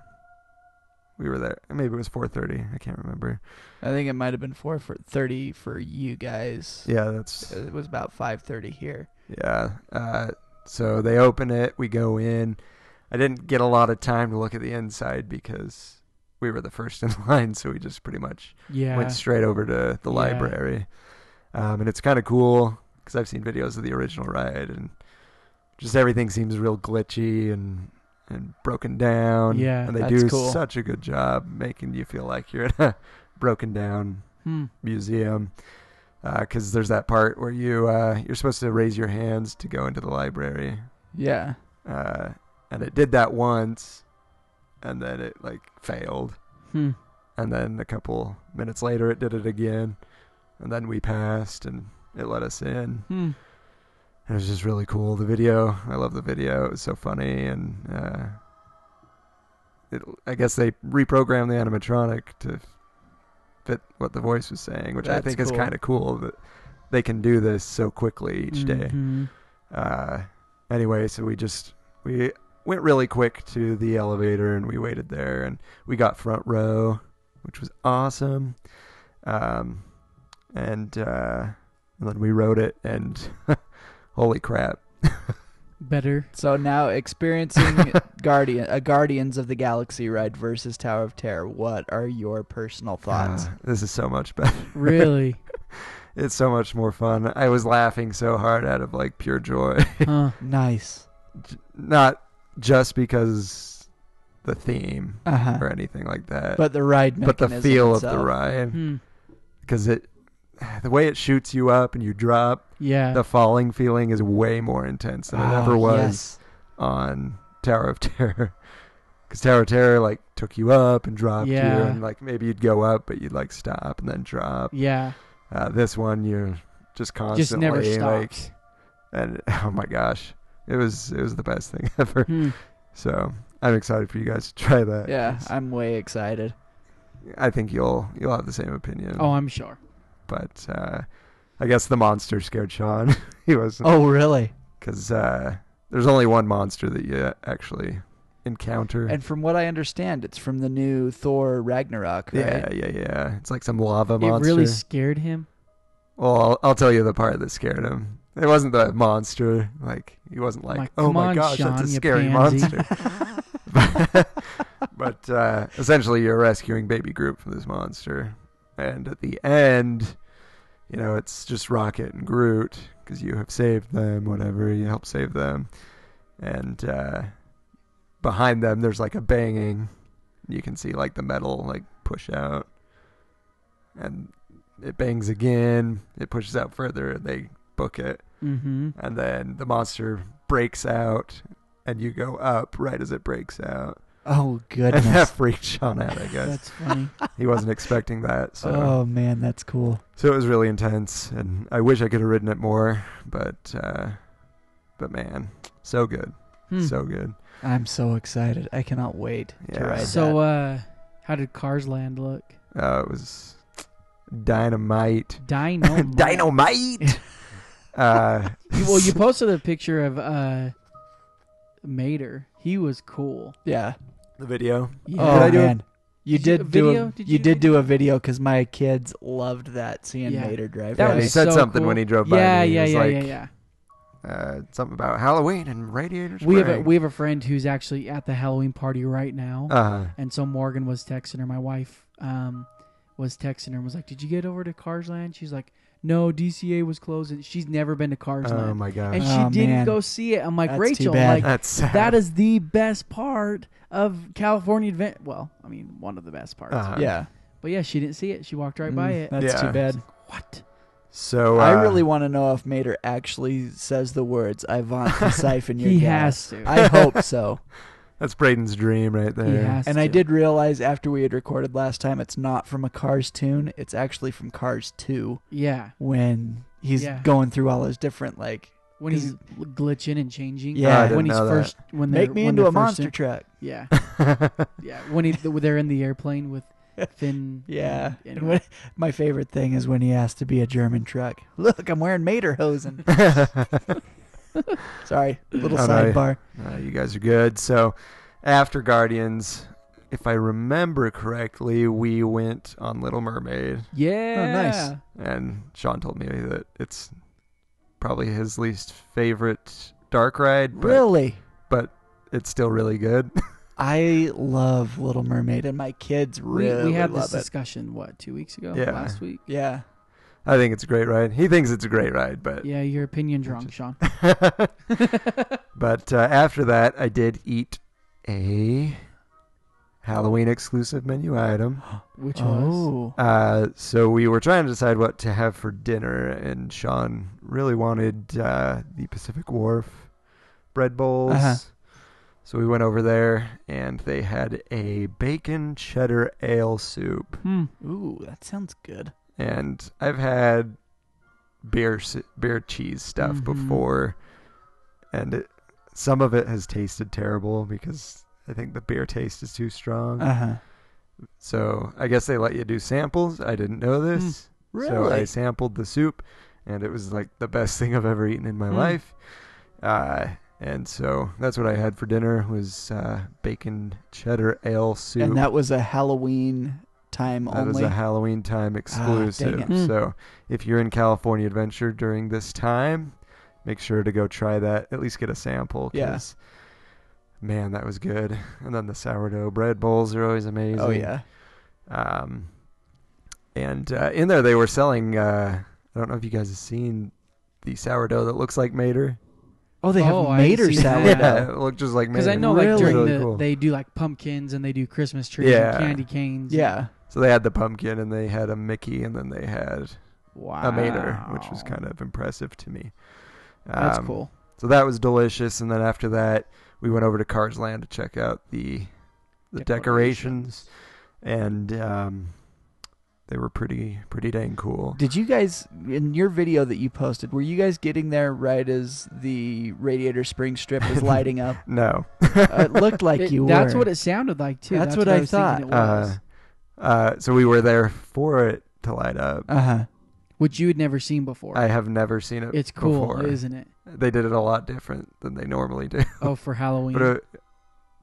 Speaker 5: we were there. Maybe it was four thirty. I can't remember.
Speaker 6: I think it might have been four for thirty for you guys.
Speaker 5: Yeah, that's
Speaker 6: It was about five thirty here.
Speaker 5: yeah. Uh, so they open it. We go in. I didn't get a lot of time to look at the inside because we were the first (laughs) in line, so we just pretty much
Speaker 7: Yeah.
Speaker 5: went straight over to the
Speaker 7: Yeah.
Speaker 5: library. Um, and it's kind of cool because I've seen videos of the original ride, and just everything seems real glitchy and and broken down.
Speaker 7: Yeah,
Speaker 5: and they
Speaker 6: that's
Speaker 5: do
Speaker 6: cool.
Speaker 5: such a good job making you feel like you're in a (laughs) broken down
Speaker 7: Hmm.
Speaker 5: museum. Because there's that part where you uh, you're supposed to raise your hands to go into the library,
Speaker 6: Yeah.
Speaker 5: uh, and it did that once, and then it like failed
Speaker 7: Hmm.
Speaker 5: and then a couple minutes later it did it again and then we passed and it let us in
Speaker 7: Hmm.
Speaker 5: it was just really cool the video i love the video it was so funny and uh, it, i guess they reprogrammed the animatronic to fit what the voice was saying which i
Speaker 6: That's
Speaker 5: think is
Speaker 6: cool.
Speaker 5: kind of cool that they can do this so quickly each
Speaker 6: Mm-hmm.
Speaker 5: day
Speaker 7: Mhm.
Speaker 5: uh, anyway, so we just we went really quick to the elevator and we waited there and we got front row, which was awesome. Um, and uh, and then we rode it and (laughs) holy crap!
Speaker 7: Better.
Speaker 6: So now (laughs) experiencing Guardian a Guardians of the Galaxy ride versus Tower of Terror, what are your personal thoughts?
Speaker 5: Ah, this is so much better.
Speaker 7: Really?
Speaker 5: (laughs) It's so much more fun. I was laughing so hard out of like pure joy, (laughs)
Speaker 7: huh.
Speaker 6: nice.
Speaker 5: not just because the theme
Speaker 6: Uh-huh.
Speaker 5: or anything like that,
Speaker 6: But the ride
Speaker 5: but the
Speaker 6: mechanism
Speaker 5: feel of the
Speaker 6: itself.
Speaker 5: ride.
Speaker 7: Hmm.
Speaker 5: because it the way it shoots you up and you drop
Speaker 7: Yeah.
Speaker 5: the falling feeling is way more intense than it
Speaker 6: Ah,
Speaker 5: ever was
Speaker 6: yes.
Speaker 5: on tower of (laughs) terror because tower of terror like took you up and dropped you
Speaker 7: Yeah.
Speaker 5: and like maybe you'd go up but you'd like stop and then drop
Speaker 7: yeah.
Speaker 5: uh, this one you're just
Speaker 7: Just
Speaker 5: constantly
Speaker 7: never
Speaker 5: like
Speaker 7: stops.
Speaker 5: and (laughs) oh my gosh it was it was the best thing (laughs) ever
Speaker 7: Hmm.
Speaker 5: so i'm excited for you guys to try that
Speaker 6: Yeah,
Speaker 5: 'cause
Speaker 6: I'm way (laughs) excited.
Speaker 5: i think you'll you'll have the same opinion
Speaker 7: Oh, I'm sure.
Speaker 5: but uh, i guess the monster scared sean (laughs) he wasn't
Speaker 6: Oh, really?
Speaker 5: because uh, there's only one monster that you actually encounter.
Speaker 6: And from what I understand, it's from the new Thor Ragnarok,
Speaker 5: yeah,
Speaker 6: right?
Speaker 5: yeah, yeah. It's like some lava
Speaker 7: It
Speaker 5: monster.
Speaker 7: really scared him.
Speaker 5: well, I'll, I'll tell you the part that scared him. It wasn't the monster. Like he wasn't like,
Speaker 7: Like,
Speaker 5: oh
Speaker 7: "Come
Speaker 5: my
Speaker 7: on,
Speaker 5: gosh,
Speaker 7: Sean,
Speaker 5: that's a
Speaker 7: you
Speaker 5: scary
Speaker 7: pansy."
Speaker 5: monster.
Speaker 7: (laughs)
Speaker 5: but (laughs) but, uh, essentially, you're rescuing baby Groot from this monster, and at the end, you know, it's just Rocket and Groot because you have saved them. Whatever you help save them, and uh, behind them, there's like a banging. You can see like the metal like push out, and it bangs again. It pushes out further. and They book it
Speaker 7: Mm-hmm.
Speaker 5: and then the monster breaks out and you go up right as it breaks out
Speaker 6: Oh,
Speaker 5: (laughs) and that
Speaker 6: goodness.
Speaker 5: freaked sean out i guess
Speaker 7: That's funny.
Speaker 5: he wasn't expecting that so
Speaker 6: Oh, man, that's cool.
Speaker 5: so it was really intense and i wish i could have ridden it more but uh but man so good
Speaker 7: Hmm.
Speaker 5: so good
Speaker 6: I'm so excited. I cannot wait to
Speaker 5: Yeah.
Speaker 6: ride
Speaker 7: So, uh, how did Cars Land look?
Speaker 5: uh, it was dynamite (laughs)
Speaker 7: Dino.
Speaker 5: dynamite
Speaker 7: (laughs)
Speaker 5: uh
Speaker 7: You- well, you posted a picture of uh, Mater. He was cool.
Speaker 6: that. Yeah.
Speaker 5: the video
Speaker 7: Yeah.
Speaker 6: Oh,
Speaker 5: Did I do a-
Speaker 6: man. You
Speaker 7: Did you-
Speaker 6: did, do
Speaker 7: video?
Speaker 6: a,
Speaker 7: Did
Speaker 6: you
Speaker 7: you
Speaker 6: did
Speaker 7: video?
Speaker 6: do a video because my kids loved that seeing
Speaker 7: Yeah.
Speaker 6: Mater drive.
Speaker 7: That
Speaker 5: Yeah,
Speaker 6: by.
Speaker 5: he
Speaker 7: was
Speaker 5: said
Speaker 7: so
Speaker 5: something
Speaker 7: cool.
Speaker 5: when he drove by
Speaker 7: yeah,
Speaker 5: me. He
Speaker 7: yeah,
Speaker 5: was
Speaker 7: yeah,
Speaker 5: like,
Speaker 7: yeah, yeah.
Speaker 5: Uh, something about Halloween and radiators.
Speaker 7: We have a, we have a friend who's actually at the Halloween party right now,
Speaker 5: uh,
Speaker 7: and so Morgan was texting her. My wife um, was texting her and was like, "Did you get over to Cars Land?" She's like, "No, DCA was closed." And she's never been to Cars
Speaker 5: oh
Speaker 7: Land,
Speaker 5: my gosh.
Speaker 7: and she
Speaker 6: Oh,
Speaker 7: didn't
Speaker 6: man.
Speaker 7: go see it. I'm like,
Speaker 6: That's too
Speaker 7: Rachel,
Speaker 6: bad.
Speaker 5: (laughs)
Speaker 7: I'm like
Speaker 5: That's sad.
Speaker 7: that is the best part of California Advent. Well, I mean, one of the best parts.
Speaker 5: Uh-huh.
Speaker 6: Yeah.
Speaker 7: But yeah, she didn't see it. She walked right by
Speaker 6: Mm,
Speaker 7: it.
Speaker 6: That's
Speaker 5: Yeah.
Speaker 6: too bad.
Speaker 7: What?
Speaker 5: So uh,
Speaker 6: I really want to know if Mater actually says the words "I want
Speaker 5: (laughs)
Speaker 6: to siphon your
Speaker 7: He
Speaker 6: gas."
Speaker 7: has to.
Speaker 6: I hope so.
Speaker 5: that's Braden's dream right there.
Speaker 7: He has
Speaker 6: And I
Speaker 7: to.
Speaker 6: did realize after we had recorded last time, it's not from a Cars tune. It's actually from Cars Two
Speaker 7: Yeah,
Speaker 6: when he's
Speaker 7: Yeah.
Speaker 6: going through all his different like
Speaker 7: when
Speaker 6: Is
Speaker 7: he's glitching and changing.
Speaker 6: Yeah. Oh, I didn't
Speaker 7: when he's
Speaker 5: know that.
Speaker 7: first when they're
Speaker 6: make me
Speaker 7: when
Speaker 6: into
Speaker 7: they're
Speaker 6: a
Speaker 7: first
Speaker 6: monster
Speaker 7: in-
Speaker 6: truck.
Speaker 7: yeah, yeah. When he, they're in the airplane with
Speaker 6: (laughs)
Speaker 7: Finn.
Speaker 6: Yeah. (laughs) And
Speaker 7: Mm, anyway.
Speaker 6: when, my (laughs)
Speaker 7: (laughs)
Speaker 6: favorite thing is when he asked to be a German truck. Look, I'm wearing Materhosen. Sorry, little
Speaker 5: Oh, no,
Speaker 6: sidebar.
Speaker 5: (laughs) Uh, you guys are good. So, after Guardians, if I remember correctly, we went on Little Mermaid,
Speaker 7: Yeah.
Speaker 6: Oh, nice.
Speaker 5: and Sean told me that it's probably his least favorite dark ride, but,
Speaker 6: Really,
Speaker 5: but it's still really good. (laughs)
Speaker 6: I love Little Mermaid, and my kids
Speaker 7: We,
Speaker 6: really
Speaker 7: we had
Speaker 6: love
Speaker 7: this
Speaker 6: it.
Speaker 7: discussion what two weeks ago?
Speaker 5: Yeah.
Speaker 7: Last week.
Speaker 6: Yeah,
Speaker 5: I think it's a great ride. He thinks it's a great ride, but
Speaker 7: Yeah, your opinion's wrong, Sean.
Speaker 5: (laughs) but uh, after that, I did eat a Halloween exclusive menu item.
Speaker 7: Which was
Speaker 6: oh,
Speaker 5: Uh, so we were trying to decide what to have for dinner, and Sean really wanted uh, the Pacific Wharf bread bowls.
Speaker 6: Uh-huh.
Speaker 5: So we went over there, and they had a bacon cheddar ale soup.
Speaker 7: hmm.
Speaker 6: Oh. ooh, that sounds good.
Speaker 5: And I've had beer s- beer cheese stuff
Speaker 6: Mm-hmm.
Speaker 7: Mhm.
Speaker 5: before, and it, some of it has tasted terrible because I think the beer taste is too strong.
Speaker 6: Uh huh.
Speaker 5: So I guess they let you do samples. I didn't know this. So I
Speaker 6: Hmm. Really?
Speaker 5: sampled the soup, and it was like the best (laughs) thing I've ever eaten in my
Speaker 7: Hmm.
Speaker 5: life. Uh, and so that's what I had for dinner was uh, bacon cheddar ale soup.
Speaker 6: And that was a Halloween time
Speaker 5: That is
Speaker 6: only.
Speaker 5: a Halloween time exclusive.
Speaker 6: it.
Speaker 7: Ah, Hmm.
Speaker 5: So if you're in California Adventure during this time, make sure to go try that. At least get a sample.
Speaker 6: Yeah.
Speaker 5: 'cause, Man, that was good. And then the sourdough bread bowls are always amazing.
Speaker 6: oh yeah.
Speaker 5: Um, and uh, in there, they were selling. Uh, I don't know if you guys have seen the sourdough that looks like Mater.
Speaker 6: Oh, they have
Speaker 7: Oh, I
Speaker 6: Mater
Speaker 7: see that.
Speaker 6: sourdough.
Speaker 5: Yeah, it looked just like Mater.
Speaker 7: Because I know, like
Speaker 6: Really?
Speaker 7: during
Speaker 5: Really
Speaker 7: the
Speaker 5: cool.
Speaker 7: they do like pumpkins and they do Christmas trees
Speaker 5: Yeah.
Speaker 7: and candy canes.
Speaker 6: Yeah.
Speaker 5: so they had the pumpkin and they had a Mickey and then they had
Speaker 7: wow.
Speaker 5: a Mater, which was kind of impressive to me.
Speaker 7: that's
Speaker 5: Um,
Speaker 7: cool.
Speaker 5: So that was delicious. And then after that, we went over to Cars Land to check out the the decorations, and um, they were pretty pretty dang cool.
Speaker 6: Did you guys in your video that you posted? Were you guys getting there right as the Radiator Spring Strip was
Speaker 5: (laughs)
Speaker 6: lighting up?
Speaker 5: No.
Speaker 6: Uh, it looked like
Speaker 7: It-
Speaker 6: you
Speaker 7: that's
Speaker 6: were.
Speaker 7: what it sounded like too.
Speaker 6: That's
Speaker 7: That's,
Speaker 6: what I
Speaker 7: was thinking
Speaker 6: thought.
Speaker 7: It was.
Speaker 5: Uh, uh, so we were there for it to light up.
Speaker 6: Uh huh.
Speaker 7: which you had never seen before.
Speaker 5: I have never seen it.
Speaker 7: it's cool,
Speaker 5: before.
Speaker 7: isn't it?
Speaker 5: They did it a lot different than they normally do. (laughs)
Speaker 6: (laughs)
Speaker 7: Oh, for Halloween.
Speaker 5: but uh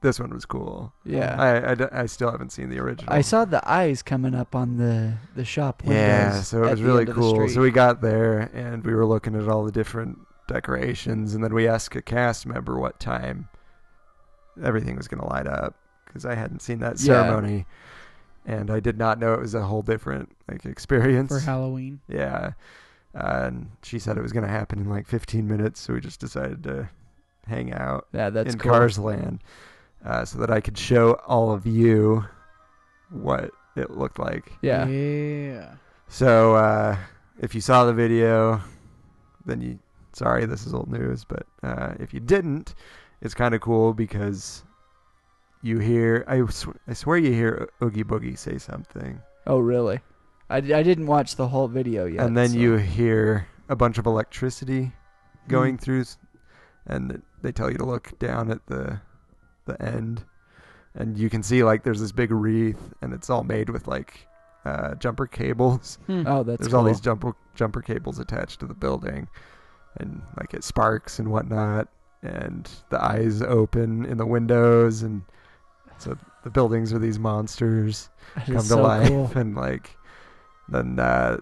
Speaker 5: this one was cool.
Speaker 6: Yeah.
Speaker 5: I, I d- I still haven't seen the original.
Speaker 6: I saw the eyes coming up on the the shop windows.
Speaker 5: Yeah, so it
Speaker 6: at
Speaker 5: was
Speaker 6: the
Speaker 5: really
Speaker 6: end of the
Speaker 5: cool.
Speaker 6: street.
Speaker 5: So we got there and we were looking at all the different decorations, and then we asked a cast member what time everything was going to light up because I hadn't seen that
Speaker 6: Yeah.
Speaker 5: ceremony, and I did not know it was a whole different like experience
Speaker 7: for Halloween.
Speaker 5: (laughs) Yeah. Uh, and she said it was going to happen in like 15 minutes, so we just decided to hang out
Speaker 6: yeah, that's
Speaker 5: in
Speaker 6: cool.
Speaker 5: Cars Land uh, so that I could show all of you what it looked like.
Speaker 6: Yeah.
Speaker 7: Yeah.
Speaker 5: So uh, if you saw the video, then you. Sorry, this is old news, but uh, if you didn't, it's kind of cool because you hear. I, sw- I swear you hear Oogie Boogie say something.
Speaker 6: Oh, really? I, d- I didn't watch the whole video yet.
Speaker 5: and then
Speaker 6: so-
Speaker 5: you hear a bunch of electricity going through, s- and th- they tell you to look down at the the end, and you can see like there's this big wreath, and it's all made with like uh, jumper cables.
Speaker 6: Oh, that's
Speaker 5: there's
Speaker 6: cool.
Speaker 5: all these jumper jumper cables attached to the building, and like it sparks and whatnot, and the eyes open in the windows, and so the buildings are these monsters
Speaker 6: (laughs) That is
Speaker 5: come to
Speaker 6: so
Speaker 5: life (laughs)
Speaker 6: cool.
Speaker 5: and like then uh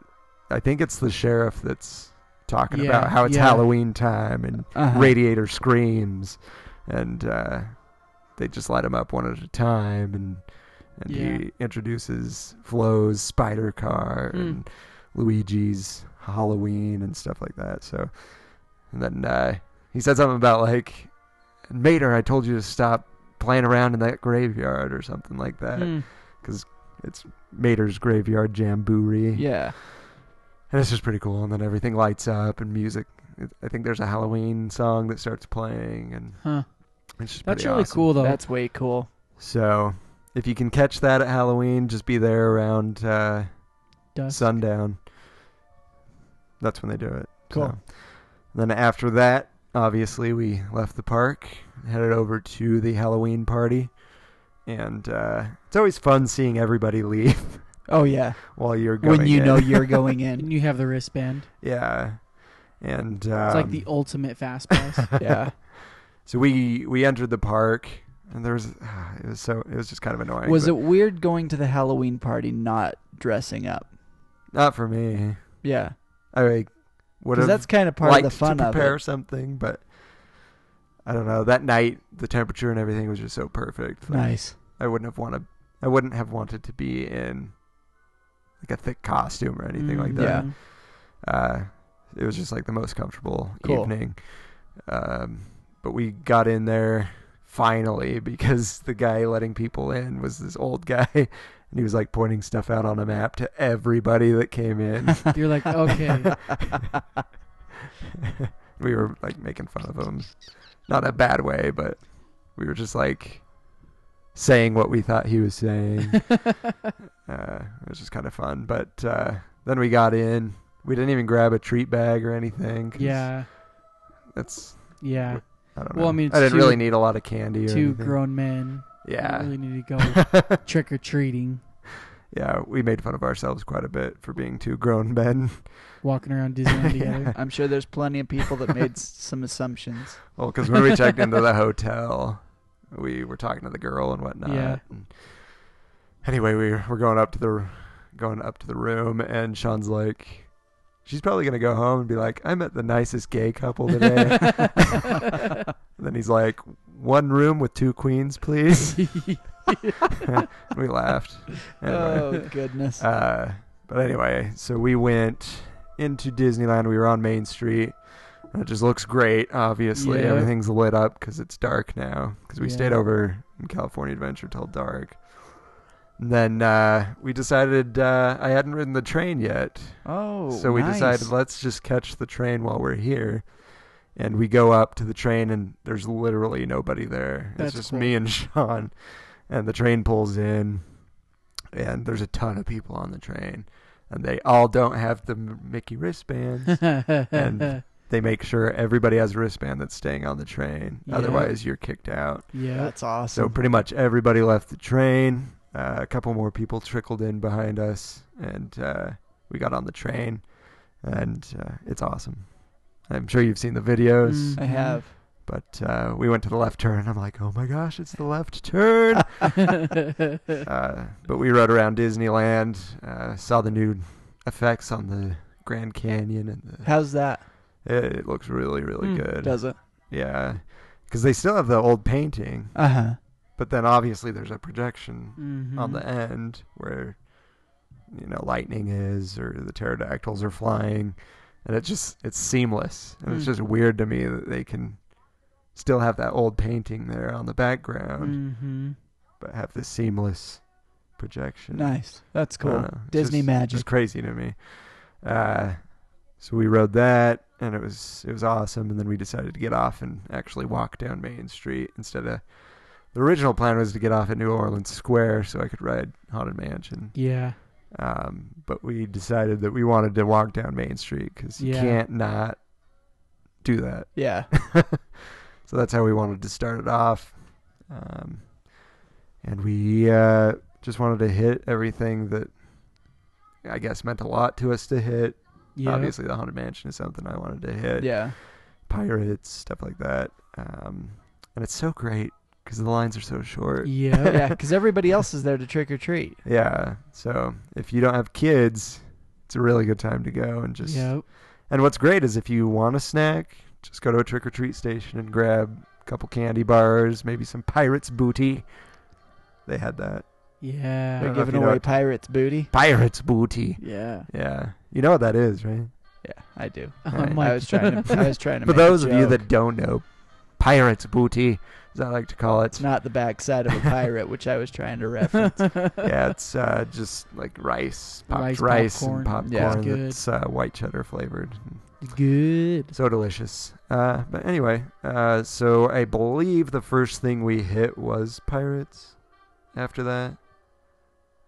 Speaker 5: I think it's the sheriff that's talking
Speaker 7: Yeah,
Speaker 5: about how it's
Speaker 7: yeah.
Speaker 5: Halloween time and
Speaker 6: Uh-huh.
Speaker 5: radiator screams and uh they just light him up one at a time and and
Speaker 7: Yeah.
Speaker 5: he introduces Flo's spider car
Speaker 7: Hmm.
Speaker 5: and Luigi's Halloween and stuff like that. So and then uh he said something about like Mater, I told you to stop playing around in that graveyard or something like
Speaker 6: Uh,
Speaker 5: that
Speaker 7: Hmm.
Speaker 5: because it's Mater's graveyard jamboree.
Speaker 6: Yeah.
Speaker 5: and it's just pretty cool. And then everything lights up and music. It- I think there's a Halloween song that starts playing, and
Speaker 7: Huh.
Speaker 5: it's just
Speaker 7: That's
Speaker 5: pretty
Speaker 7: really
Speaker 5: awesome.
Speaker 7: cool though.
Speaker 6: That's way cool.
Speaker 5: So if you can catch that at Halloween, just be there around uh,
Speaker 7: Dust.
Speaker 5: sundown. That's when they do it.
Speaker 6: Cool.
Speaker 5: So. Then after that, obviously, we left the park, headed over to the Halloween party, and uh, it's always fun seeing everybody (laughs) leave
Speaker 6: Oh yeah.
Speaker 5: while you're going.
Speaker 6: When you
Speaker 5: in.
Speaker 6: know you're going in.
Speaker 7: and you have the wristband.
Speaker 5: (laughs) Yeah. And um,
Speaker 7: It's like the ultimate fast pass.
Speaker 6: Yeah.
Speaker 5: so we we entered the park and there was (sighs) it was so it was just kind of annoying.
Speaker 6: was
Speaker 5: but
Speaker 6: it weird going to the Halloween party not dressing up?
Speaker 5: not for me?
Speaker 6: Yeah.
Speaker 5: I mean, would
Speaker 6: Because
Speaker 5: have
Speaker 6: that's kind of part of
Speaker 5: liked
Speaker 6: the fun
Speaker 5: to
Speaker 6: of
Speaker 5: prepare
Speaker 6: it.
Speaker 5: something, but I don't know. That night, the temperature and everything was just so perfect. Like,
Speaker 6: (laughs) Nice.
Speaker 5: (laughs) I wouldn't have wanted. I wouldn't have wanted to be in like a thick costume or anything like
Speaker 7: Mm,
Speaker 5: that. Uh, it was just like the most comfortable
Speaker 6: Cool.
Speaker 5: evening. Um, but we got in there finally because the guy letting people in was this old guy, (laughs) and he was like pointing stuff out on a map to everybody that came in.
Speaker 7: yeah. You're like, okay.
Speaker 5: (laughs) we were like making fun of him, not in a bad way, but we were just like saying what we thought he was
Speaker 7: (laughs)
Speaker 5: saying. uh, it was just kind of fun. But uh, then we got in. We didn't even grab a treat bag or anything. 'cause
Speaker 7: Yeah.
Speaker 5: that's
Speaker 7: Yeah.
Speaker 5: I don't know.
Speaker 7: Well, I mean,
Speaker 5: I didn't
Speaker 7: two-
Speaker 5: really need a lot of candy. Or
Speaker 7: Two
Speaker 5: anything.
Speaker 7: grown men.
Speaker 5: Yeah,
Speaker 7: You really need to go trick or treating,
Speaker 5: (laughs) yeah. We made fun of ourselves quite a bit for being two grown men.
Speaker 7: walking around Disneyland
Speaker 6: (laughs)
Speaker 7: together.
Speaker 6: I'm sure there's plenty of people that made s- some assumptions.
Speaker 5: Well, because when we checked into the hotel, we were talking to the girl and whatnot.
Speaker 7: Yeah.
Speaker 5: And anyway, we were going up to the going up to the room, and Sean's like, she's probably gonna go home and be like, I met the nicest gay couple today. then he's like, one room with two queens, please. (laughs) we laughed. (laughs) Anyway.
Speaker 6: Oh goodness.
Speaker 5: Uh, but anyway, so we went into Disneyland. We were on Main Street. It just looks great. Obviously,
Speaker 7: Yeah.
Speaker 5: everything's lit up because it's dark now. Because we
Speaker 7: Yeah.
Speaker 5: stayed over in California Adventure till dark. And then uh, we decided uh, I hadn't ridden the train yet,
Speaker 6: oh.
Speaker 5: so we
Speaker 6: nice.
Speaker 5: decided let's just catch the train while we're here. And we go up to the train, and there's literally nobody there.
Speaker 7: That's
Speaker 5: it's just
Speaker 7: cool.
Speaker 5: me and (laughs) Sean. And the train pulls in, and there's a ton of people on the train, and they all don't have the M- Mickey
Speaker 7: (laughs)
Speaker 5: wristbands. and they make sure everybody has a wristband that's staying on the train.
Speaker 7: Yeah.
Speaker 5: Otherwise, you're kicked out.
Speaker 7: yeah.
Speaker 6: That's awesome.
Speaker 5: So pretty much everybody left the train. Uh, a couple more people trickled in behind us, and uh, we got on the train, and uh, it's awesome. I'm sure you've seen the videos,
Speaker 7: Mm.
Speaker 6: I have.
Speaker 5: but uh, we went to the left turn. I'm like, oh my gosh, it's the left
Speaker 7: (laughs)
Speaker 5: turn. uh, but we rode around Disneyland, uh, saw the new effects on the Grand Canyon, and
Speaker 6: How's that?
Speaker 5: the, it, it looks really, really
Speaker 6: Hmm.
Speaker 7: Mm,
Speaker 5: good.
Speaker 6: Does it?
Speaker 5: Yeah, because they still have the old painting,
Speaker 6: Uh huh.
Speaker 5: but then obviously there's a projection
Speaker 7: Mhm.
Speaker 5: on the end where you know lightning is or the pterodactyls are flying and it just it's seamless and it's
Speaker 7: Mm.
Speaker 5: just weird to me that they can still have that old painting there on the background
Speaker 7: Mhm.
Speaker 5: but have this seamless projection
Speaker 6: Nice. That's
Speaker 5: I don't
Speaker 6: cool.
Speaker 5: know. It's
Speaker 6: Uh, Disney
Speaker 5: Uh, just-
Speaker 6: magic.
Speaker 5: It's crazy to me. Uh, so we rode that, and it was it was awesome. And then we decided to get off and actually walk down Main Street instead of. The original plan was to get off at New Orleans Square so I could ride Haunted Mansion.
Speaker 7: Yeah.
Speaker 5: Um, but we decided that we wanted to walk down Main Street because you
Speaker 7: Yeah.
Speaker 5: can't not do that.
Speaker 6: Yeah.
Speaker 5: (laughs) So that's how we wanted to start it off. Um, and we uh, just wanted to hit everything that I guess meant a lot to us to hit.
Speaker 7: Yeah.
Speaker 5: Obviously, the Haunted Mansion is something I wanted to hit.
Speaker 6: Yeah.
Speaker 5: Pirates, stuff like that. Um, and it's so great because the lines are so short.
Speaker 7: Yeah.
Speaker 6: Oh, (laughs) Yeah. Because everybody else is there to trick or treat.
Speaker 5: Yeah. So if you don't have kids, it's a really good time to go and just.
Speaker 7: Yep.
Speaker 5: And what's great is if you want a snack, just go to a trick or treat station and grab a couple candy bars, maybe some pirates booty. They had that
Speaker 7: Yeah.
Speaker 5: don't
Speaker 6: They're
Speaker 5: know if
Speaker 6: giving
Speaker 5: you know
Speaker 6: away
Speaker 5: it.
Speaker 6: pirates' booty.
Speaker 5: pirates booty.
Speaker 6: Yeah.
Speaker 5: Yeah, you know what that is, right?
Speaker 6: Yeah. I do.
Speaker 5: Right.
Speaker 7: (laughs) I'm
Speaker 6: I
Speaker 7: like-
Speaker 6: was
Speaker 7: (laughs)
Speaker 6: trying to. I was trying
Speaker 5: (laughs)
Speaker 6: to.
Speaker 5: For
Speaker 6: make a
Speaker 5: those of you
Speaker 6: joke.
Speaker 5: that don't know, pirates booty, as I like to call it.
Speaker 6: It's not the backside of a pirate, which I was trying to
Speaker 5: (laughs)
Speaker 6: reference.
Speaker 5: yeah, it's uh, just like rice, popped rice,
Speaker 7: Rice
Speaker 5: and
Speaker 7: popcorn.
Speaker 6: Yeah.
Speaker 5: popcorn
Speaker 7: Good.
Speaker 5: that's uh, white cheddar flavored.
Speaker 7: good.
Speaker 5: So delicious. Uh, but anyway, uh, so I believe the first thing we hit was pirates. After that,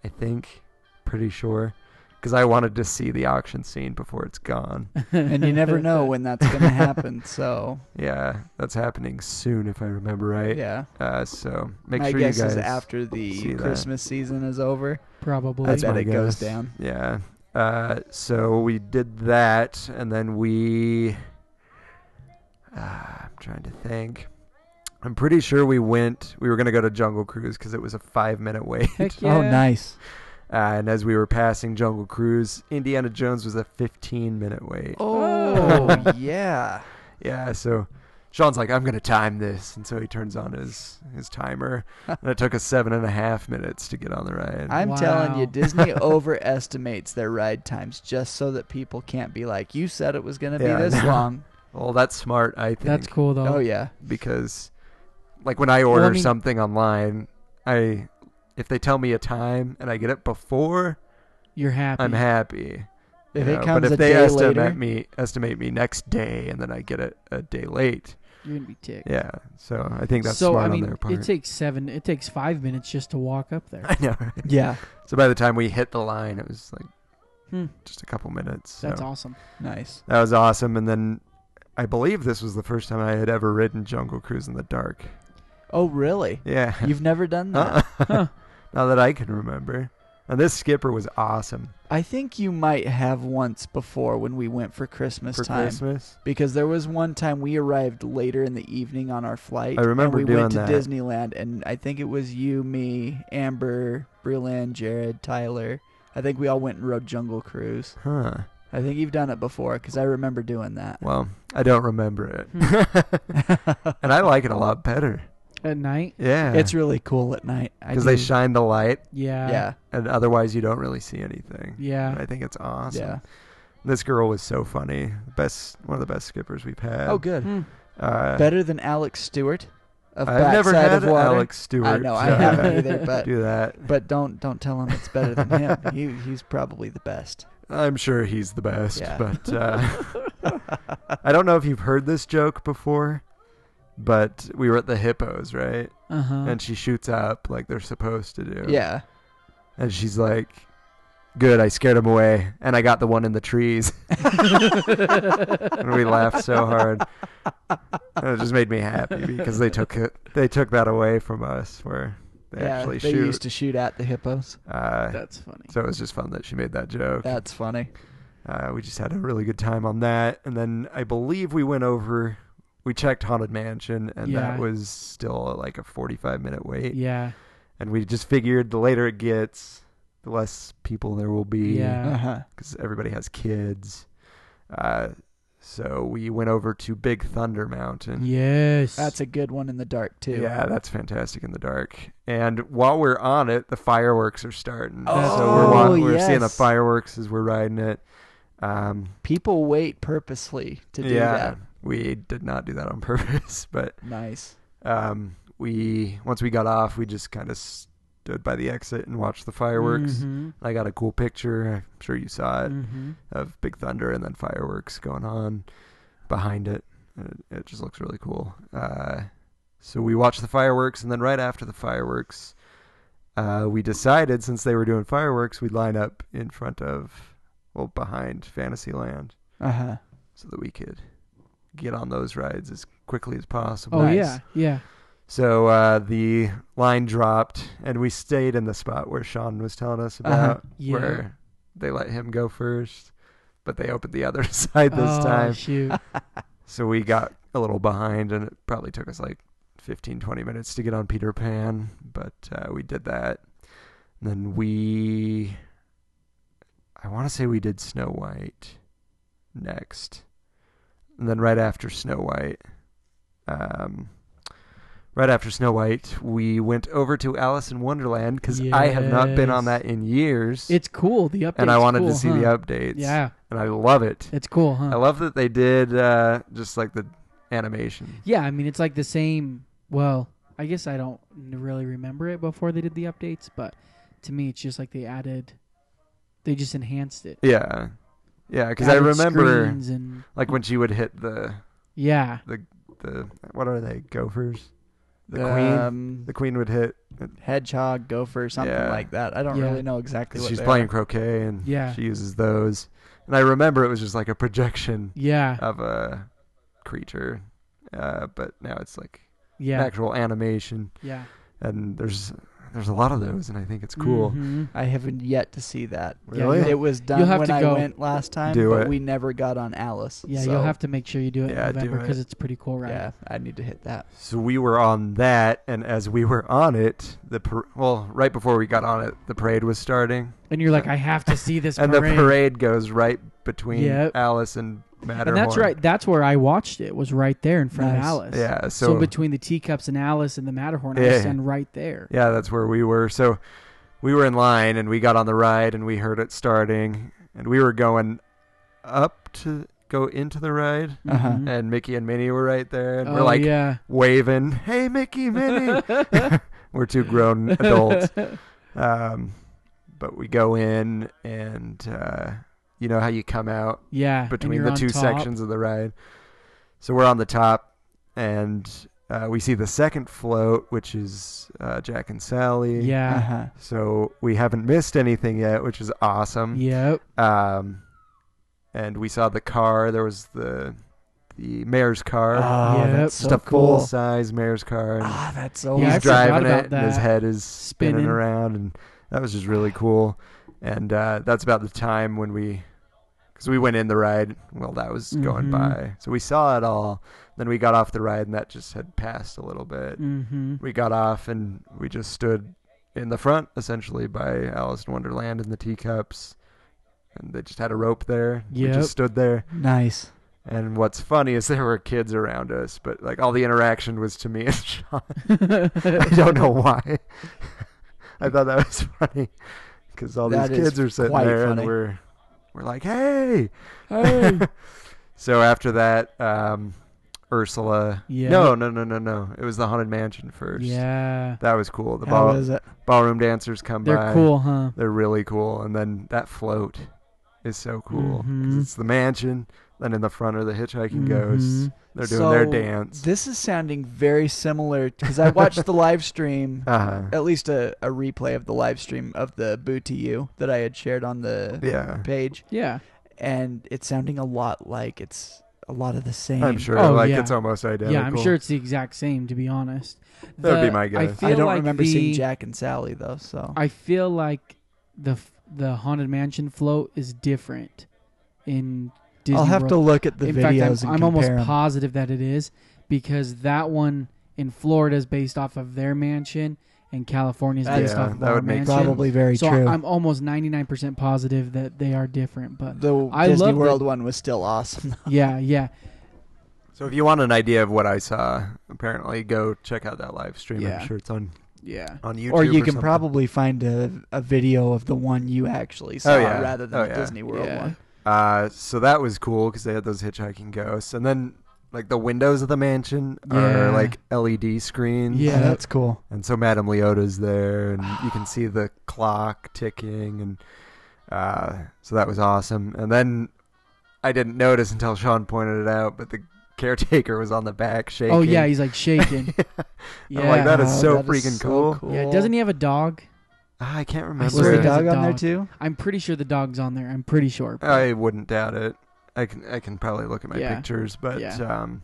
Speaker 5: I think, pretty sure, because I wanted to see the auction scene before it's
Speaker 6: (laughs)
Speaker 5: gone.
Speaker 6: and you
Speaker 7: (laughs)
Speaker 6: never know when that's going to happen. So,
Speaker 5: yeah, that's happening soon if I remember right.
Speaker 6: yeah.
Speaker 5: Uh, so make
Speaker 6: my
Speaker 5: sure
Speaker 6: guess
Speaker 5: you guys
Speaker 6: is
Speaker 5: see
Speaker 6: after the
Speaker 5: that.
Speaker 6: Christmas season is over.
Speaker 7: Probably.
Speaker 6: I bet
Speaker 5: my
Speaker 6: it goes
Speaker 5: guess.
Speaker 6: down.
Speaker 5: Yeah. Uh, Uh, so we did that, and then we. Uh, I'm trying to think. I'm pretty sure we went. We were gonna go to Jungle Cruise because it was a five minute wait. (laughs)
Speaker 7: Heck
Speaker 6: Oh,
Speaker 7: yeah.
Speaker 6: nice.
Speaker 5: Uh, and as we were passing Jungle Cruise, Indiana Jones was a 15 minute wait.
Speaker 6: Oh,
Speaker 5: (laughs)
Speaker 6: yeah.
Speaker 5: Yeah, so Sean's like, I'm gonna time this, and so he turns on his his
Speaker 6: (laughs)
Speaker 5: timer, and it took us seven and a half minutes to get on the ride.
Speaker 6: I'm telling
Speaker 7: Wow.
Speaker 6: you, Disney
Speaker 5: (laughs)
Speaker 6: overestimates their ride times just so that people can't be like, you said it was going to be
Speaker 5: Yeah, I
Speaker 6: this
Speaker 5: know. (laughs)
Speaker 6: long.
Speaker 5: well, that's smart, I think.
Speaker 7: That's cool though.
Speaker 6: Oh, yeah.
Speaker 5: because, like, when I
Speaker 7: I
Speaker 5: order
Speaker 7: mean-
Speaker 5: something online, I if they tell me a time and I get it before,
Speaker 7: You're happy.
Speaker 5: I'm happy. you
Speaker 6: If
Speaker 5: know?
Speaker 6: it comes
Speaker 5: but if
Speaker 6: a
Speaker 5: they
Speaker 6: day
Speaker 5: estimate
Speaker 6: later,
Speaker 5: me estimate me next day and then I get it a day late,
Speaker 7: You're gonna be ticked.
Speaker 5: yeah. So I think that's
Speaker 7: so
Speaker 5: smart
Speaker 7: I mean,
Speaker 5: on their part.
Speaker 7: it takes seven. It takes five minutes just to walk up
Speaker 5: (laughs)
Speaker 7: there.
Speaker 5: I know. right?
Speaker 6: yeah,
Speaker 5: So by the time we hit the line, it was like
Speaker 7: Hmm.
Speaker 5: just a couple minutes. (laughs) So.
Speaker 7: That's awesome.
Speaker 6: nice.
Speaker 5: That was awesome. And then I believe this was the first time I had ever ridden Jungle Cruise in the dark.
Speaker 6: Oh, really?
Speaker 5: Yeah.
Speaker 6: You've never done that?
Speaker 5: Uh-uh.
Speaker 6: (laughs)
Speaker 5: Now that I can remember. And this skipper was awesome
Speaker 6: I think you might have once before when we went for Christmas
Speaker 5: for
Speaker 6: time.
Speaker 5: Christmas.
Speaker 6: Because there was one time we arrived later in the evening on our flight.
Speaker 5: I remember
Speaker 6: and we
Speaker 5: doing
Speaker 6: went to
Speaker 5: that.
Speaker 6: Disneyland, and I think it was you, me, Amber, Breland, Jared, Tyler. I think we all went and rode Jungle Cruise.
Speaker 5: Huh.
Speaker 6: I think you've done it before because I remember
Speaker 5: (laughs)
Speaker 6: doing that.
Speaker 5: Well, I don't remember it.
Speaker 6: Hmm.
Speaker 5: (laughs) and I like it a lot better.
Speaker 7: At night.
Speaker 5: Yeah.
Speaker 6: It's really cool at night. I
Speaker 5: because they
Speaker 6: do-
Speaker 5: shine the light,
Speaker 7: Yeah.
Speaker 6: Yeah,
Speaker 5: and otherwise you don't really see anything.
Speaker 7: Yeah.
Speaker 5: And I think it's awesome.
Speaker 6: yeah.
Speaker 5: This girl was so funny. Best, one of the best skippers we've had.
Speaker 6: Oh, good.
Speaker 7: Hmm.
Speaker 5: Uh,
Speaker 6: Better than Alex Stewart of
Speaker 5: I've never
Speaker 6: Backside
Speaker 5: had
Speaker 6: of Water.
Speaker 5: Alex Stewart.
Speaker 6: I know I
Speaker 5: so
Speaker 6: haven't either,
Speaker 5: (laughs)
Speaker 6: but
Speaker 5: do that.
Speaker 6: but don't don't tell him it's better than him. He he's probably
Speaker 5: (laughs)
Speaker 6: the best.
Speaker 5: I'm sure he's the best,
Speaker 6: Yeah. (laughs)
Speaker 5: but uh, I don't know if you've heard this joke before. But we were at the hippos, right?
Speaker 7: Uh huh.
Speaker 5: And she shoots up like they're supposed to do.
Speaker 6: Uh-huh. Yeah.
Speaker 5: And she's like, "Good, I scared him away, and I got the one in the
Speaker 6: (laughs)
Speaker 5: trees." and we laughed so hard, and it just made me happy because they took it, they took that away from us, where they
Speaker 6: yeah,
Speaker 5: actually
Speaker 6: they
Speaker 5: shoot.
Speaker 6: used to shoot at the hippos.
Speaker 5: uh,
Speaker 7: That's funny.
Speaker 5: so it was just fun that she made that joke.
Speaker 6: That's funny.
Speaker 5: Uh, we just had a really good time on that. And then I believe we went over, we checked Haunted Mansion, and
Speaker 7: Yeah.
Speaker 5: that was still like a 45 minute wait.
Speaker 7: Yeah.
Speaker 5: And we just figured the later it gets, the less people there will be (laughs)
Speaker 7: Yeah.
Speaker 6: Uh-huh.
Speaker 5: because everybody has kids. Uh, so we went over to Big Thunder Mountain.
Speaker 7: Yes.
Speaker 6: That's a good one in the dark too.
Speaker 5: Yeah, that's fantastic in the dark. And while we're on it, the fireworks are starting. so we're, wa-
Speaker 6: Oh,
Speaker 5: we're seeing the
Speaker 6: yes.
Speaker 5: fireworks as we're riding it. Um,
Speaker 6: People wait purposely to do that.
Speaker 5: We did not do that on (laughs) purpose, but
Speaker 6: Nice.
Speaker 5: um, we once we got off, we just kind of stood by the exit and watched the fireworks.
Speaker 6: Mm-hmm.
Speaker 7: Mhm.
Speaker 5: I got a cool picture. I'm sure you saw
Speaker 6: Mm.
Speaker 5: it
Speaker 7: Mhm.
Speaker 5: of Big Thunder and then fireworks going on behind it. And It, it just looks really cool. Uh, so we watched the fireworks, and then right after the fireworks, uh, we decided since they were doing fireworks, we'd line up in front of, well, behind Fantasyland
Speaker 6: Uh
Speaker 5: Uh-huh.
Speaker 6: huh.
Speaker 5: so that we could get on those rides as quickly as possible.
Speaker 7: Oh yeah. Yeah.
Speaker 5: So uh, the line dropped, and we stayed in the spot where Sean was telling us about,
Speaker 6: Uh-huh.
Speaker 7: Yeah.
Speaker 5: where they let him go first, but they opened the other (laughs) side this
Speaker 7: oh,
Speaker 5: time. (laughs)
Speaker 7: Shoot.
Speaker 5: So we got a little behind, and it probably took us like 15, 20 minutes to get on Peter Pan, but uh, we did that. And then we, I want to say we did Snow White next. And then right after Snow White, um, right after Snow White, we went over to Alice in Wonderland because I have not been on
Speaker 7: Yes.
Speaker 5: that in years.
Speaker 7: It's cool. The updates.
Speaker 5: and I wanted
Speaker 7: cool,
Speaker 5: to see
Speaker 7: huh?
Speaker 5: the updates.
Speaker 7: Yeah.
Speaker 5: And I love it.
Speaker 7: It's cool,
Speaker 5: I
Speaker 7: huh?
Speaker 5: love that they did uh, just like the animation.
Speaker 7: Yeah. I mean, it's like the same. Well, I guess I don't n- really remember it before they did the updates, but to me, it's just like they added. They just enhanced it.
Speaker 5: Yeah, yeah. Because I
Speaker 7: Added
Speaker 5: remember
Speaker 7: screens and
Speaker 5: like when she would hit the
Speaker 7: yeah.
Speaker 5: the what are they gophers? The queen.
Speaker 6: um,
Speaker 5: The queen would hit.
Speaker 6: hedgehog, gopher, something
Speaker 5: Yeah.
Speaker 6: like that. I don't
Speaker 7: Yeah.
Speaker 6: really know exactly
Speaker 5: 'cause
Speaker 6: what
Speaker 5: she's
Speaker 6: they
Speaker 5: playing
Speaker 6: Are.
Speaker 5: croquet and
Speaker 7: Yeah.
Speaker 5: she uses those. And I remember it was just like a projection
Speaker 7: Yeah.
Speaker 5: of a creature, uh, but now it's like
Speaker 7: yeah.
Speaker 5: actual animation.
Speaker 7: Yeah.
Speaker 5: And there's There's a lot of those, and I think it's
Speaker 7: Mm.
Speaker 5: cool.
Speaker 7: Mm-hmm.
Speaker 6: I haven't yet to see that.
Speaker 5: Really?
Speaker 6: It was done
Speaker 7: have
Speaker 6: when
Speaker 7: to
Speaker 6: I
Speaker 7: go.
Speaker 6: went last time,
Speaker 5: Do
Speaker 6: but
Speaker 5: it.
Speaker 6: we never got on Alice.
Speaker 7: Yeah,
Speaker 6: so,
Speaker 7: you'll have to make sure you do it
Speaker 5: Yeah,
Speaker 7: in
Speaker 5: do
Speaker 7: November because
Speaker 5: it.
Speaker 7: it's pretty cool, right?
Speaker 6: Yeah, I need to hit that.
Speaker 5: So we were on that, and as we were on it, the par- well, right before we got on it, the parade was starting,
Speaker 7: And you're like, I have to see
Speaker 5: (laughs)
Speaker 7: this
Speaker 5: and
Speaker 7: parade.
Speaker 5: the parade goes right between
Speaker 7: Yep.
Speaker 5: Alice and Matterhorn.
Speaker 7: And that's right. That's where I watched it. Was right there in front
Speaker 6: Nice.
Speaker 7: of Alice.
Speaker 5: Yeah,
Speaker 7: So,
Speaker 5: so-
Speaker 7: between the teacups and Alice and the Matterhorn, I
Speaker 5: Yeah.
Speaker 7: was standing right there.
Speaker 5: Yeah, that's where we were. So we were in line, and we got on the ride, and we heard it starting, and we were going up to go into the ride,
Speaker 7: Mm-hmm.
Speaker 6: Uh-huh.
Speaker 5: and Mickey and Minnie were right there, and
Speaker 7: Oh,
Speaker 5: we're like
Speaker 7: yeah.
Speaker 5: waving, "Hey, Mickey,
Speaker 7: (laughs)
Speaker 5: Minnie!" (laughs) we're two grown adults. Um, but we go in, and uh, you know how you come out
Speaker 7: Yeah. and
Speaker 5: between
Speaker 7: you're
Speaker 5: the
Speaker 7: on
Speaker 5: two
Speaker 7: top.
Speaker 5: sections of the ride. So we're on the top, and uh, we see the second float, which is uh, Jack and Sally. (laughs)
Speaker 7: Yeah.
Speaker 6: Uh-huh.
Speaker 5: So we haven't missed anything yet, which is awesome.
Speaker 7: Yep.
Speaker 5: Um, and we saw the car. There was the the mayor's car.
Speaker 6: Oh,
Speaker 7: Yep.
Speaker 6: that's
Speaker 5: just
Speaker 6: so
Speaker 5: a
Speaker 6: cool.
Speaker 5: full size mayor's car. And
Speaker 6: Ah, that's so
Speaker 7: Yeah, I
Speaker 5: he's
Speaker 7: forgot
Speaker 5: driving
Speaker 7: about
Speaker 5: it, and his
Speaker 7: that.
Speaker 5: head is spinning,
Speaker 7: Spinning.
Speaker 5: around, and that was just really cool. And uh, that's about the time when we, because we went in the ride. Well, that was going
Speaker 7: Mhm.
Speaker 5: by, so we saw it all. Then we got off the ride, and that just had passed a little bit.
Speaker 7: Mm-hmm.
Speaker 5: We got off, and we just stood in the front, essentially, by Alice in Wonderland and the teacups. And they just had a rope there. We
Speaker 7: Yep.
Speaker 5: just stood there.
Speaker 6: nice.
Speaker 5: And what's funny is there were kids around us, but like all the interaction was to me and (laughs) Sean. I don't know why. (laughs) I thought that was funny because all
Speaker 6: That
Speaker 5: these
Speaker 6: is
Speaker 5: kids are sitting
Speaker 6: quite
Speaker 5: there
Speaker 6: funny.
Speaker 5: and we're we're like, "Hey!" so after that, um, Ursula.
Speaker 7: Yeah.
Speaker 5: No, no, no, no, no. It was the haunted mansion first.
Speaker 7: (laughs) Yeah.
Speaker 5: That was cool. The
Speaker 6: How
Speaker 5: ball,
Speaker 6: is it?
Speaker 5: ballroom dancers come
Speaker 7: They're
Speaker 5: by.
Speaker 7: cool, huh?
Speaker 5: They're really cool. And then that float is so cool 'cause
Speaker 7: Mhm.
Speaker 5: it's the mansion. Then in the front are the hitchhiking ghosts.
Speaker 7: Mhm.
Speaker 5: They're doing their
Speaker 6: So,
Speaker 5: dance.
Speaker 6: This is sounding very similar because I watched the live stream,
Speaker 5: (laughs) Uh-huh.
Speaker 6: at least a, a replay of the live stream of the Boo to You that I had shared on the
Speaker 5: yeah,
Speaker 6: page,
Speaker 7: Yeah.
Speaker 6: and it's sounding a lot like it's a lot of the same.
Speaker 5: I'm sure.
Speaker 7: Oh,
Speaker 5: like
Speaker 7: yeah.
Speaker 5: it's almost identical.
Speaker 7: Yeah, I'm sure it's the exact same, to be honest.
Speaker 5: That would be
Speaker 7: The-
Speaker 5: my
Speaker 7: I,
Speaker 5: guess. I
Speaker 7: feel
Speaker 6: I don't
Speaker 7: like
Speaker 6: remember
Speaker 7: the,
Speaker 6: seeing Jack and Sally though, so
Speaker 7: I feel like the f- the haunted mansion float is different in Disney
Speaker 6: I'll have
Speaker 7: World.
Speaker 6: to look at the
Speaker 7: in fact, I'm,
Speaker 6: videos and
Speaker 7: I'm almost
Speaker 6: compare 'em.
Speaker 7: positive that it is because that one in Florida is based off of their mansion, and California is
Speaker 6: That-
Speaker 7: based
Speaker 5: Yeah,
Speaker 7: off of
Speaker 5: that
Speaker 7: our
Speaker 5: would make
Speaker 7: mansion.
Speaker 5: sense.
Speaker 6: Probably very
Speaker 7: so
Speaker 6: true.
Speaker 7: I'm almost 99% positive that they are different. But
Speaker 6: the
Speaker 7: I
Speaker 6: Disney
Speaker 7: love the-
Speaker 6: World one was still awesome. (laughs)
Speaker 7: yeah, yeah,
Speaker 5: So if you want an idea of what I saw, apparently go check out that live stream.
Speaker 7: Yeah.
Speaker 5: I'm sure it's on
Speaker 7: yeah.
Speaker 5: on YouTube.
Speaker 6: or you can
Speaker 5: something.
Speaker 6: probably find a, a video of the one you actually saw
Speaker 5: yeah.
Speaker 6: rather than
Speaker 5: Oh,
Speaker 6: the
Speaker 5: yeah.
Speaker 6: Disney World
Speaker 7: Yeah.
Speaker 6: one.
Speaker 5: Uh, so that was cool because they had those hitchhiking ghosts, and then like the windows of the mansion
Speaker 7: Yeah.
Speaker 5: are like LED screens.
Speaker 7: Yeah.
Speaker 6: Yeah, that's cool.
Speaker 5: And so Madame Leota's there,
Speaker 7: (sighs)
Speaker 5: and you can see the clock ticking, and uh, so that was awesome. And then I didn't notice until Sean pointed it out, but the caretaker was on the back shaking.
Speaker 7: Oh yeah, he's
Speaker 6: (laughs)
Speaker 7: like shaking. yeah.
Speaker 5: I'm like that is
Speaker 6: Oh,
Speaker 5: so
Speaker 6: that is
Speaker 5: freaking
Speaker 6: so
Speaker 5: cool.
Speaker 7: yeah, doesn't he have a dog?
Speaker 5: (laughs) Ah, I can't
Speaker 7: I
Speaker 5: remember.
Speaker 6: Was
Speaker 7: swear
Speaker 6: the
Speaker 7: he has
Speaker 6: dog
Speaker 7: a
Speaker 6: on there
Speaker 7: dog.
Speaker 6: too?
Speaker 7: I'm pretty sure the dog's on there. I'm pretty sure.
Speaker 5: I wouldn't doubt it. I can I can probably look at my
Speaker 7: Yeah.
Speaker 5: pictures, but
Speaker 7: Yeah.
Speaker 5: um,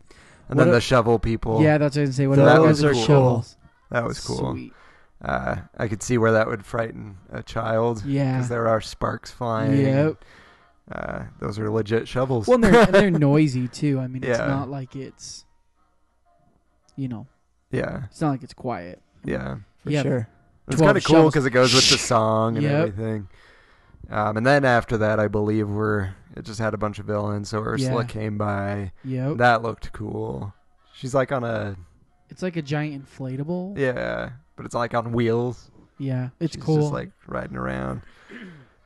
Speaker 5: and
Speaker 7: What
Speaker 5: then
Speaker 7: a-
Speaker 5: the shovel people.
Speaker 7: yeah, that's what I was gonna say. What
Speaker 5: That
Speaker 7: about
Speaker 5: was
Speaker 7: those
Speaker 5: cool.
Speaker 7: shovels?
Speaker 5: that was cool.
Speaker 7: Sweet.
Speaker 5: Uh, I could see where that would frighten a child because
Speaker 7: Yeah.
Speaker 5: there are sparks flying.
Speaker 7: Yep.
Speaker 5: Uh, those are legit shovels.
Speaker 7: Well, and
Speaker 5: (laughs)
Speaker 7: they're, and they're noisy too. I mean, it's
Speaker 5: Yeah.
Speaker 7: not like it's, you know,
Speaker 5: yeah,
Speaker 7: it's not like it's quiet.
Speaker 5: yeah.
Speaker 6: For
Speaker 7: Yeah,
Speaker 6: sure.
Speaker 5: It's
Speaker 7: 12
Speaker 5: kind of cool
Speaker 7: shovels.
Speaker 5: because it goes with the song and
Speaker 7: Yep.
Speaker 5: everything. Um, and then after that, I believe we're it just had a bunch of villains. So Ursula
Speaker 7: Yeah.
Speaker 5: came by.
Speaker 6: Oh.
Speaker 7: Yep.
Speaker 5: That looked cool. She's like on a
Speaker 7: it's like a giant inflatable.
Speaker 5: yeah, but it's like on wheels.
Speaker 7: Yeah, it's
Speaker 5: She's
Speaker 7: cool.
Speaker 5: just like riding around.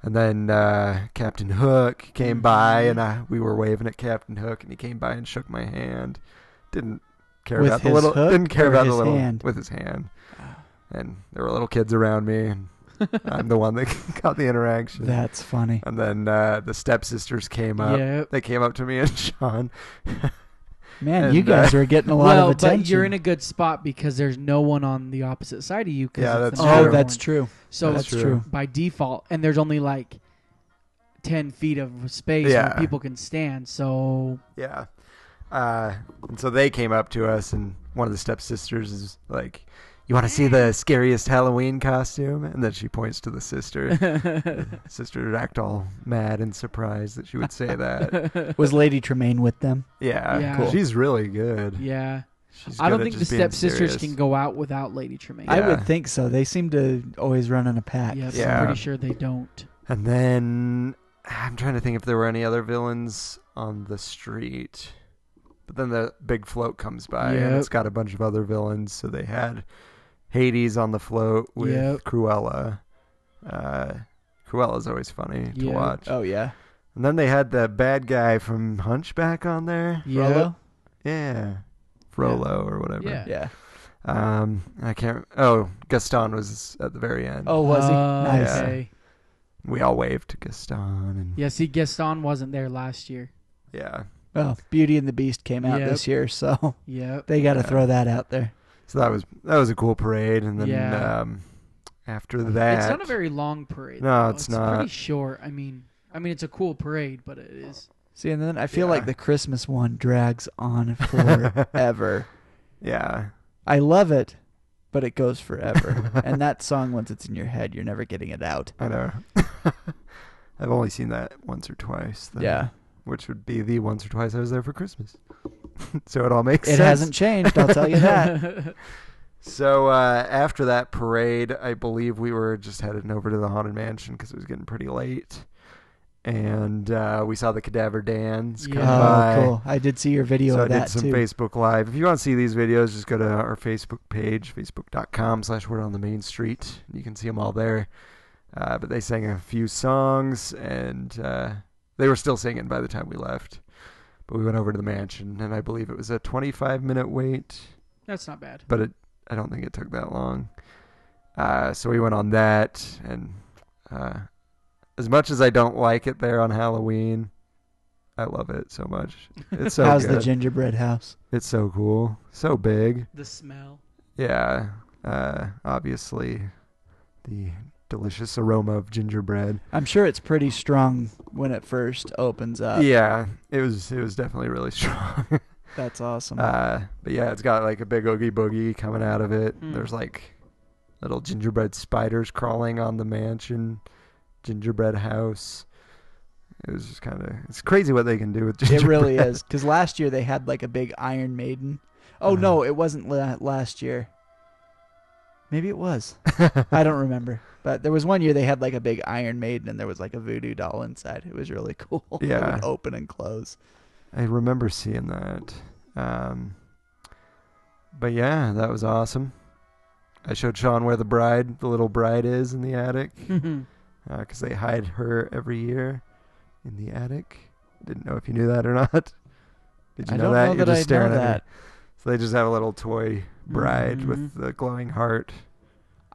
Speaker 5: And then uh, Captain Hook
Speaker 6: Mm-hmm.
Speaker 5: came by, and I, we were waving at Captain Hook, and he came by and shook my hand. Didn't care
Speaker 6: With
Speaker 5: about the
Speaker 6: his
Speaker 5: little.
Speaker 6: hook
Speaker 5: Didn't care
Speaker 6: or
Speaker 5: about the
Speaker 6: his
Speaker 5: little
Speaker 6: hand? Ah.
Speaker 5: with his hand. And there were little kids around me, and
Speaker 7: (laughs)
Speaker 5: I'm the one that (laughs) got the interaction.
Speaker 6: That's funny.
Speaker 5: and then uh, the stepsisters came up.
Speaker 7: Yep.
Speaker 5: They came up to me and (laughs) Sean.
Speaker 6: Man,
Speaker 5: And,
Speaker 6: you guys
Speaker 5: uh,
Speaker 6: are getting a lot
Speaker 7: well,
Speaker 6: of attention.
Speaker 7: but you're in a good spot because there's no one on the opposite side of you. 'cause
Speaker 5: Yeah,
Speaker 7: it's
Speaker 5: that's
Speaker 7: the
Speaker 5: true.
Speaker 6: oh,
Speaker 7: other
Speaker 6: that's
Speaker 7: one.
Speaker 6: true.
Speaker 7: So
Speaker 5: That's
Speaker 6: true.
Speaker 5: true.
Speaker 7: by default, and there's only like ten feet of space where
Speaker 5: Yeah.
Speaker 7: people can stand. So
Speaker 5: Yeah. Uh, and so they came up to us, and one of the stepsisters is like, You want to see the scariest Halloween costume? And then she points to the sister.
Speaker 7: (laughs)
Speaker 5: sister act all mad and surprised that she would say
Speaker 7: (laughs)
Speaker 5: that.
Speaker 6: Was Lady Tremaine with them?
Speaker 5: Yeah,
Speaker 7: Yeah.
Speaker 5: Cool. she's really good.
Speaker 7: Yeah.
Speaker 5: She's
Speaker 7: I
Speaker 5: good
Speaker 7: don't
Speaker 5: at
Speaker 7: think the
Speaker 5: just being
Speaker 7: stepsisters
Speaker 5: serious.
Speaker 7: can go out without Lady Tremaine.
Speaker 6: I
Speaker 7: Yep,
Speaker 5: Yeah.
Speaker 6: would think so. They seem to always run in a pack.
Speaker 5: Yeah.
Speaker 7: I'm pretty sure they don't.
Speaker 5: And then I'm trying to think if there were any other villains on the street. But then the big float comes by and
Speaker 7: Yep.
Speaker 5: it's got a bunch of other villains. So they had Hades on the float with
Speaker 7: Yep.
Speaker 5: Cruella. Uh, Cruella's always funny to
Speaker 7: Yep. Uh,
Speaker 5: watch.
Speaker 6: Oh yeah.
Speaker 5: And then they had the bad guy from Hunchback on there.
Speaker 7: Yeah.
Speaker 5: Yeah. Frollo or whatever.
Speaker 7: Yeah.
Speaker 6: Yeah.
Speaker 5: Um, I can't. Oh, Gaston was at the very end.
Speaker 6: Oh, was he?
Speaker 7: Uh,
Speaker 6: nice.
Speaker 5: Yeah.
Speaker 7: Okay.
Speaker 5: We all waved to Gaston. And
Speaker 7: Yeah, see, Gaston wasn't there last year.
Speaker 5: yeah.
Speaker 6: Well, Beauty and the Beast came out
Speaker 7: Yep.
Speaker 6: this year, so (laughs)
Speaker 7: Yep.
Speaker 6: they got to throw that out there.
Speaker 5: So that was that was a cool parade, and then
Speaker 7: Yeah.
Speaker 5: um, after that,
Speaker 7: It's not
Speaker 5: (laughs)
Speaker 7: a very long parade.
Speaker 5: No,
Speaker 7: though.
Speaker 5: it's not.
Speaker 7: pretty short. I mean, I mean, it's a cool parade, but it is. (laughs)
Speaker 6: See, and then I feel
Speaker 5: Yeah.
Speaker 6: like the Christmas one drags (laughs) on forever.
Speaker 5: (laughs) yeah,
Speaker 6: I love it, but it
Speaker 5: (laughs)
Speaker 6: goes forever. and that song, once it's in your head, you're never getting it out.
Speaker 5: I know. (laughs) I've only seen that once or twice. though,
Speaker 6: Yeah.
Speaker 5: which would be the once or twice I was there for Christmas. (laughs) so it all makes
Speaker 6: It
Speaker 5: sense.
Speaker 6: hasn't changed, I'll
Speaker 5: (laughs)
Speaker 6: tell you that.
Speaker 5: So uh, after that parade, I believe we were just headed over to the haunted mansion because it was getting pretty late, and uh, we saw the cadaver dance. come
Speaker 7: Yeah.
Speaker 5: by.
Speaker 6: Oh, cool. I did see your video
Speaker 5: so
Speaker 6: of
Speaker 5: I
Speaker 6: that
Speaker 5: did some
Speaker 6: too.
Speaker 5: Facebook Live. If you want to see these videos, just go to our Facebook page, facebook.com slash word on the main street. You can see them all there. Uh, but they sang a few songs, and uh, they were still singing by the time we left. But we went over to the mansion, and I believe it was a 25 minute wait,
Speaker 7: That's not bad.
Speaker 5: but it, I don't think it took that long. Uh, so we went on that, and uh, as much as I don't like it there on Halloween, I love it so much. It's so
Speaker 6: How's
Speaker 5: good.
Speaker 6: the gingerbread house?
Speaker 5: It's so cool. So big.
Speaker 7: The (laughs) smell.
Speaker 5: Yeah. Uh, obviously, the delicious aroma of gingerbread.
Speaker 6: I'm sure it's pretty strong when it first opens up.
Speaker 5: yeah, it was it was definitely really (laughs) strong.
Speaker 6: Um, That's awesome.
Speaker 5: uh, but yeah, it's got like a big oogie boogie coming out of it.
Speaker 7: Mm.
Speaker 5: There's like little gingerbread spiders crawling on the mansion, gingerbread house. It was just kind of it's crazy what they can do with
Speaker 6: it
Speaker 5: gingerbread. (laughs)
Speaker 6: really is. Because last year they had like a big Iron Maiden. Oh,
Speaker 5: Uh.
Speaker 6: no, it wasn't la- last year. Maybe it was.
Speaker 5: (laughs)
Speaker 6: I don't remember. But there was one year they had like a big Iron Maiden and there was like a voodoo doll inside. It was really (laughs) cool. It
Speaker 5: Yeah.
Speaker 6: would open and close.
Speaker 5: I remember seeing that. Um, but yeah, that was awesome. I showed Sean where the bride, the little bride, is in the attic
Speaker 7: Oh.
Speaker 5: because they hide her every year in the attic. Didn't know if you knew that or (laughs) not. Did you
Speaker 6: I
Speaker 5: know
Speaker 6: don't
Speaker 5: that?
Speaker 6: know
Speaker 5: You're
Speaker 6: that
Speaker 5: just
Speaker 6: I know
Speaker 5: staring at
Speaker 6: that. Mm-hmm.
Speaker 5: me. So they just have a little toy bride
Speaker 7: Mm-hmm.
Speaker 5: with the glowing heart.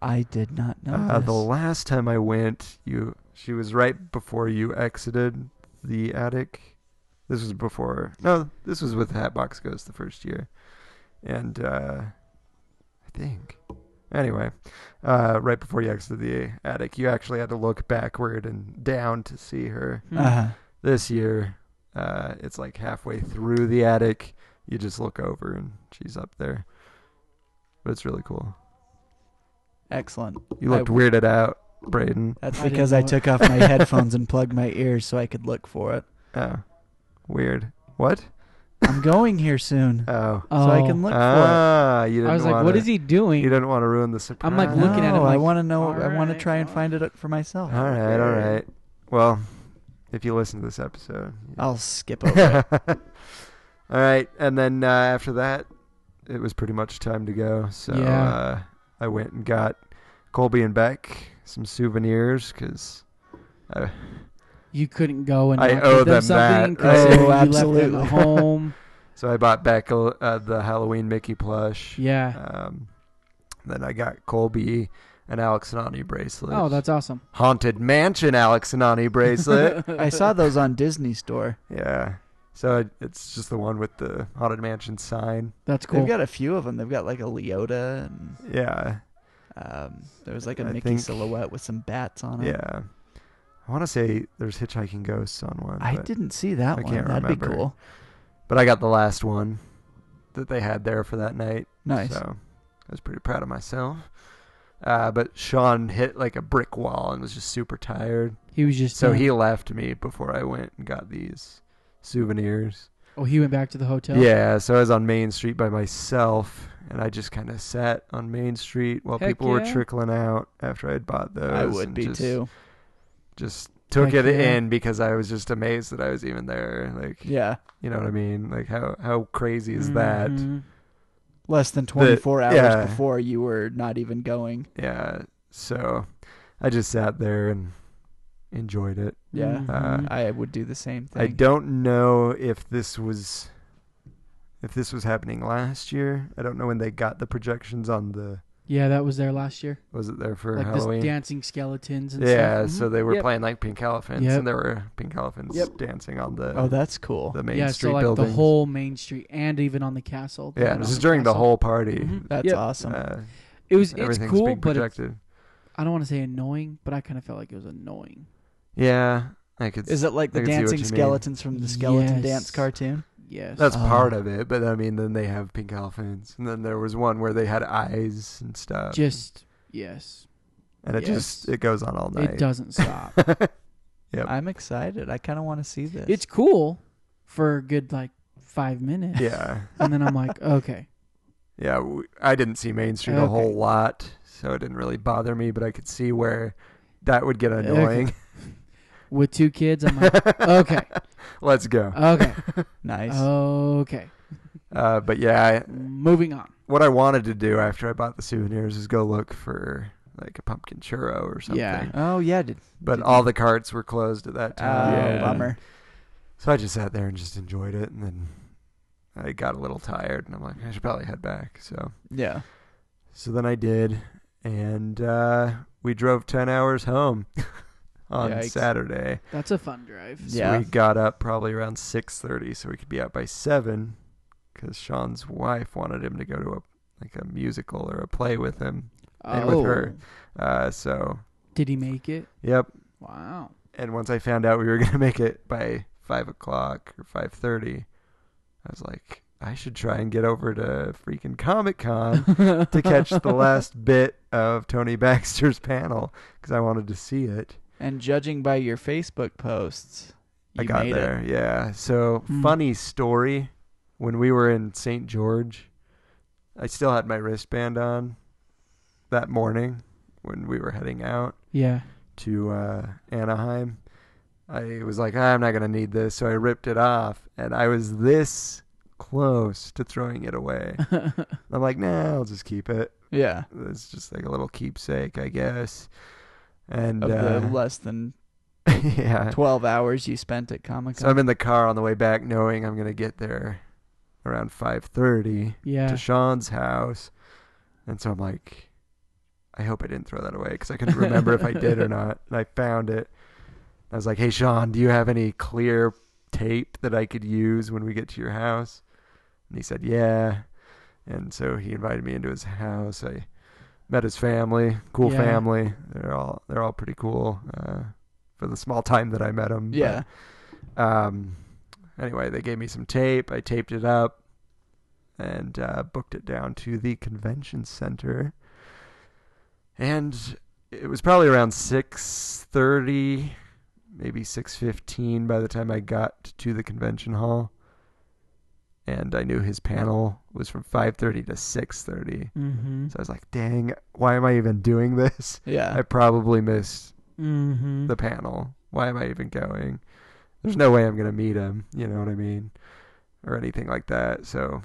Speaker 6: I did not know
Speaker 5: Uh,
Speaker 6: this.
Speaker 5: the last time I went, you she was right before you exited the attic. This was before. No, this was with Hatbox Ghost the first year, and uh, I think. Anyway, uh, right before you exited the attic, you actually had to look backward and down to see her.
Speaker 7: Hmm.
Speaker 6: Uh-huh.
Speaker 5: This year, uh, it's like halfway through the attic. You just look over and she's up there. But it's really cool.
Speaker 6: Excellent.
Speaker 5: You
Speaker 6: I-
Speaker 5: looked weirded out, Braden.
Speaker 6: That's
Speaker 7: I didn't
Speaker 6: because I,
Speaker 7: know it.
Speaker 6: took off
Speaker 7: (laughs)
Speaker 6: my headphones and plugged my ears so I could look for it.
Speaker 5: Oh, weird. What?
Speaker 6: I'm going here soon
Speaker 5: Oh,
Speaker 7: Oh.
Speaker 6: so I can look for
Speaker 5: ah, you didn't.
Speaker 7: I was like,
Speaker 5: wanna,
Speaker 7: what is he doing?
Speaker 5: You didn't want to ruin the surprise.
Speaker 7: like,
Speaker 6: it.
Speaker 7: looking at it
Speaker 6: No, Oh, I
Speaker 7: like,
Speaker 6: want to know.
Speaker 7: all
Speaker 6: I want to
Speaker 7: right,
Speaker 6: try and
Speaker 7: all
Speaker 6: find it for myself.
Speaker 5: All right, all right. Well, if you listen to this episode, (laughs)
Speaker 6: I'll skip over. it.
Speaker 5: all right, and then uh, after that, it was pretty much time to go. So
Speaker 7: Yeah.
Speaker 5: uh, I went and got Colby and Beck some souvenirs because I,
Speaker 7: you couldn't go and
Speaker 5: I
Speaker 7: not
Speaker 5: owe them
Speaker 7: give them something
Speaker 5: that.
Speaker 7: considering
Speaker 6: Oh,
Speaker 7: you left them
Speaker 6: absolutely.
Speaker 7: at
Speaker 5: (laughs)
Speaker 7: home.
Speaker 5: so I bought Beck a, uh, the Halloween Mickey plush.
Speaker 7: Yeah.
Speaker 5: Um, then I got Colby an Alex Anani bracelet.
Speaker 7: Oh, that's awesome.
Speaker 5: Haunted Mansion Alex Anani
Speaker 6: (laughs)
Speaker 5: bracelet.
Speaker 6: I saw those on Disney Store.
Speaker 5: yeah. So it- it's just the one with the Haunted Mansion sign.
Speaker 7: That's cool.
Speaker 6: They've got a few of them. They've got like a Leota, and
Speaker 5: Yeah.
Speaker 6: um, there was like a
Speaker 5: I
Speaker 6: Mickey
Speaker 5: think-
Speaker 6: silhouette with some bats on it.
Speaker 5: Yeah. I want to say there's Hitchhiking Ghosts on one.
Speaker 6: I
Speaker 5: but,
Speaker 6: didn't see that
Speaker 5: I
Speaker 6: one.
Speaker 5: can't
Speaker 6: That'd
Speaker 5: remember.
Speaker 6: be cool.
Speaker 5: But I got the last one that they had there for that night.
Speaker 6: Nice.
Speaker 5: So was pretty proud of myself. Uh, but Sean hit like a brick wall and was just super tired.
Speaker 7: He was just
Speaker 5: So
Speaker 7: uh, done.
Speaker 5: he left me before I went and got these souvenirs.
Speaker 7: Oh, he went back to the hotel.
Speaker 5: Yeah, so I was on Main Street by myself, and I just kind of sat on Main Street while
Speaker 7: Heck
Speaker 5: people were
Speaker 7: yeah.
Speaker 5: trickling out after I'd bought those.
Speaker 6: I would
Speaker 5: and
Speaker 6: be
Speaker 5: just,
Speaker 6: too.
Speaker 5: Just took
Speaker 7: Heck
Speaker 5: it
Speaker 7: yeah.
Speaker 5: in because I was just amazed that I was even there. Like,
Speaker 6: Yeah,
Speaker 5: you know what I mean? Like, how how crazy is that?
Speaker 7: Mhm.
Speaker 6: less than 24 hours
Speaker 5: yeah.
Speaker 6: before you were not even going.
Speaker 5: Yeah. So, I just sat there and enjoyed it.
Speaker 6: Yeah,
Speaker 7: Mm-hmm.
Speaker 5: Uh,
Speaker 6: I would do the same thing.
Speaker 5: I don't know if this was if this was happening last year. I don't know when they got the projections on the
Speaker 7: Yeah, that was there last year.
Speaker 5: was it there for
Speaker 7: Like
Speaker 5: Halloween?
Speaker 7: this dancing skeletons and
Speaker 5: Yeah,
Speaker 7: stuff. Mhm.
Speaker 5: so they were
Speaker 7: Yep.
Speaker 5: playing like pink elephants,
Speaker 7: Yep.
Speaker 5: and there were pink elephants
Speaker 6: Yep.
Speaker 5: dancing on the
Speaker 6: oh, that's cool.
Speaker 5: the main
Speaker 7: Mm-hmm. yeah,
Speaker 5: street
Speaker 7: so like
Speaker 5: building.
Speaker 7: the whole Main Street and even on the castle. They
Speaker 5: yeah,
Speaker 7: went
Speaker 5: this
Speaker 7: on
Speaker 5: is during the
Speaker 7: castle.
Speaker 5: whole party.
Speaker 7: Mhm.
Speaker 6: That's
Speaker 7: Yep.
Speaker 6: awesome.
Speaker 5: Uh,
Speaker 7: It was it's
Speaker 5: everything's
Speaker 7: cool,
Speaker 5: being
Speaker 7: but it's,
Speaker 5: projected.
Speaker 7: I don't want to say annoying, but I kind of felt like it was annoying.
Speaker 5: yeah, I could.
Speaker 6: Is it like
Speaker 5: I
Speaker 6: the
Speaker 5: can see what you
Speaker 6: dancing
Speaker 5: mean.
Speaker 6: skeletons from the skeleton
Speaker 7: Yes.
Speaker 6: dance cartoon?
Speaker 7: Yes. Uh-huh.
Speaker 5: that's
Speaker 6: Oh.
Speaker 5: part of it, but I mean, then they have pink elephants, and then there was one where they had eyes and stuff.
Speaker 7: just yes.
Speaker 5: and it just
Speaker 7: yes.
Speaker 5: it goes on all night. (laughs)
Speaker 7: It doesn't stop.
Speaker 5: Yep.
Speaker 6: I'm excited. I kind of want to see this.
Speaker 7: it's cool for a good like 5 minutes.
Speaker 5: Yeah,
Speaker 7: (laughs) And then I'm like, okay.
Speaker 5: yeah. w I didn't see Main Street a
Speaker 7: Okay.
Speaker 5: whole lot, so it didn't really bother me. But I could see where that would get annoying. (laughs)
Speaker 7: With two kids, I'm like, okay.
Speaker 5: Let's go. (laughs)
Speaker 7: Okay.
Speaker 6: nice.
Speaker 7: Oh. Okay.
Speaker 5: Uh, but yeah, I,
Speaker 7: Moving on.
Speaker 5: what I wanted to do after I bought the souvenirs is go look for like a pumpkin churro or something.
Speaker 7: Yeah.
Speaker 6: oh yeah, did,
Speaker 5: But
Speaker 6: did
Speaker 5: all
Speaker 6: you-
Speaker 5: the carts were closed at that
Speaker 6: oh,
Speaker 5: time.
Speaker 3: Yeah.
Speaker 6: bummer.
Speaker 5: So I just sat there and just enjoyed it and then I got a little tired and I'm like, I should probably head back. So
Speaker 6: Yeah.
Speaker 5: so then I did and uh, we drove ten hours home (laughs) on
Speaker 6: Yikes.
Speaker 5: Saturday.
Speaker 7: That's a fun drive.
Speaker 5: So
Speaker 6: Yeah.
Speaker 5: we got up probably around six thirty so we could be out by seven because Sean's wife wanted him to go to a like a musical or a play with him. And
Speaker 6: Oh.
Speaker 5: with her. Uh, so,
Speaker 7: Oh. Did he make it?
Speaker 5: yep.
Speaker 7: Wow.
Speaker 5: And once I found out we were (laughs) gonna make it by five o'clock or five thirty, I was like, I should try and get over to freaking Comic
Speaker 6: (laughs)
Speaker 5: Con to catch the last bit of Tony (laughs) Baxter's panel because I wanted to see it.
Speaker 6: And judging by your Facebook posts,
Speaker 5: I
Speaker 6: you
Speaker 5: got
Speaker 6: made
Speaker 5: there,
Speaker 6: It.
Speaker 5: yeah. So
Speaker 7: Hmm.
Speaker 5: funny story. When we were in St. George, I still had my wristband on that morning when we were heading out.
Speaker 7: Yeah.
Speaker 5: to uh, Anaheim. I was like, "Ah, I'm not gonna need this, so I ripped it off, and I was this close to throwing it
Speaker 6: (laughs)
Speaker 5: away. I'm like, nah, I'll just keep it.
Speaker 6: Yeah.
Speaker 5: It's just like a little keepsake, I guess. And
Speaker 6: Of the
Speaker 5: uh,
Speaker 6: less than
Speaker 5: (laughs) yeah,
Speaker 6: 12 hours you spent at Comic
Speaker 5: so
Speaker 6: Con.
Speaker 5: I'm in the car on the way back, knowing I'm gonna get there around 5:30
Speaker 7: Yeah.
Speaker 5: to Sean's house, and so I'm like, I hope I didn't throw that away because I couldn't remember if I did
Speaker 7: (laughs)
Speaker 5: or not. And I found it. I was like, Hey, Sean, do you have any clear tape that I could use when we get to your house? And he said, Yeah. And so he invited me into his house. I met his family, cool
Speaker 7: Yeah.
Speaker 5: family. They're all they're all pretty cool uh, for the small time that I met him. but,
Speaker 6: yeah.
Speaker 5: um, anyway, they gave me some tape. I taped it up and uh, booked it down to the convention center. And it was probably around six thirty, maybe six fifteen by the time I got to the convention hall. And I knew his panel was from five thirty to six thirty.
Speaker 7: Mm-hmm.
Speaker 5: So I was like, dang, why am I even doing this?
Speaker 6: Yeah.
Speaker 5: I probably missed
Speaker 7: Mm-hmm.
Speaker 5: the panel. Why am I even going? There's no way I'm gonna meet him. You know what I mean, or anything like that. So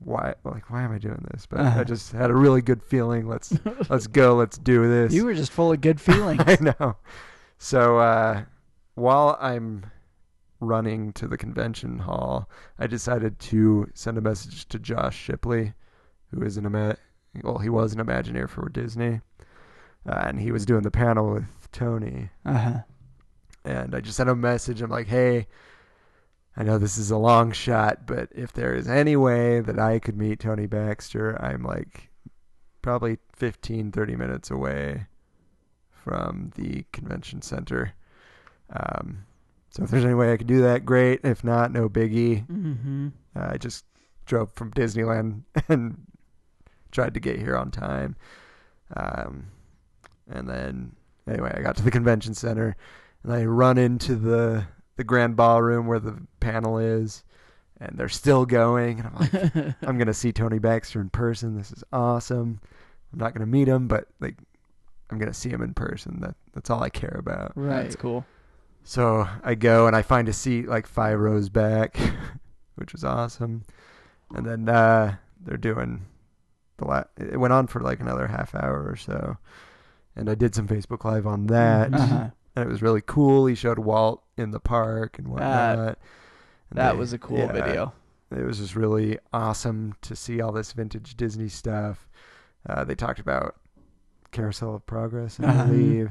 Speaker 5: why, like, why am I doing this? But I
Speaker 6: (laughs) Uh-huh.
Speaker 5: just had a really good feeling.
Speaker 6: (laughs)
Speaker 5: Let's let's go. Let's do this.
Speaker 6: you were just full
Speaker 5: (laughs)
Speaker 6: of good feelings.
Speaker 5: I know. So uh, while I'm running to the convention hall, I decided to send a message to Josh Shipley, who is an ima- well, he was an Imagineer for Disney, uh, and he was doing the panel with Tony
Speaker 6: (laughs) uh-huh.
Speaker 5: and I just sent him a message. I'm like, hey, I know this is a long shot, but if there is any way that I could meet Tony Baxter, I'm like probably 15, 30 minutes away from the convention center. Um, so if there's any way I could do that, great. If not, no biggie.
Speaker 7: Mm-hmm.
Speaker 5: Uh, I just drove from Disneyland (laughs) and tried to get here on time. Um, and then anyway, I got to the convention center, and I run into the the grand ballroom where the panel is, and they're still going. And I'm like, I'm gonna see Tony Baxter in person. This is awesome. I'm not gonna meet him, but like, I'm gonna see him in person. That that's all I care about.
Speaker 7: Right.
Speaker 6: That's cool.
Speaker 5: So I go and I find a seat like five rows back, (laughs) which was awesome. And then uh, they're doing the la- it went on for like another half hour or so, and I did some Facebook Live on that,
Speaker 6: Uh-huh.
Speaker 5: Uh, and it was really cool. He showed Walt in the park and whatnot. And
Speaker 6: That
Speaker 5: they-
Speaker 6: was a cool
Speaker 5: yeah,
Speaker 6: video.
Speaker 5: It was just really awesome to see all this vintage Disney stuff. Uh, they talked about Carousel of Progress, I
Speaker 6: Uh-huh.
Speaker 5: believe.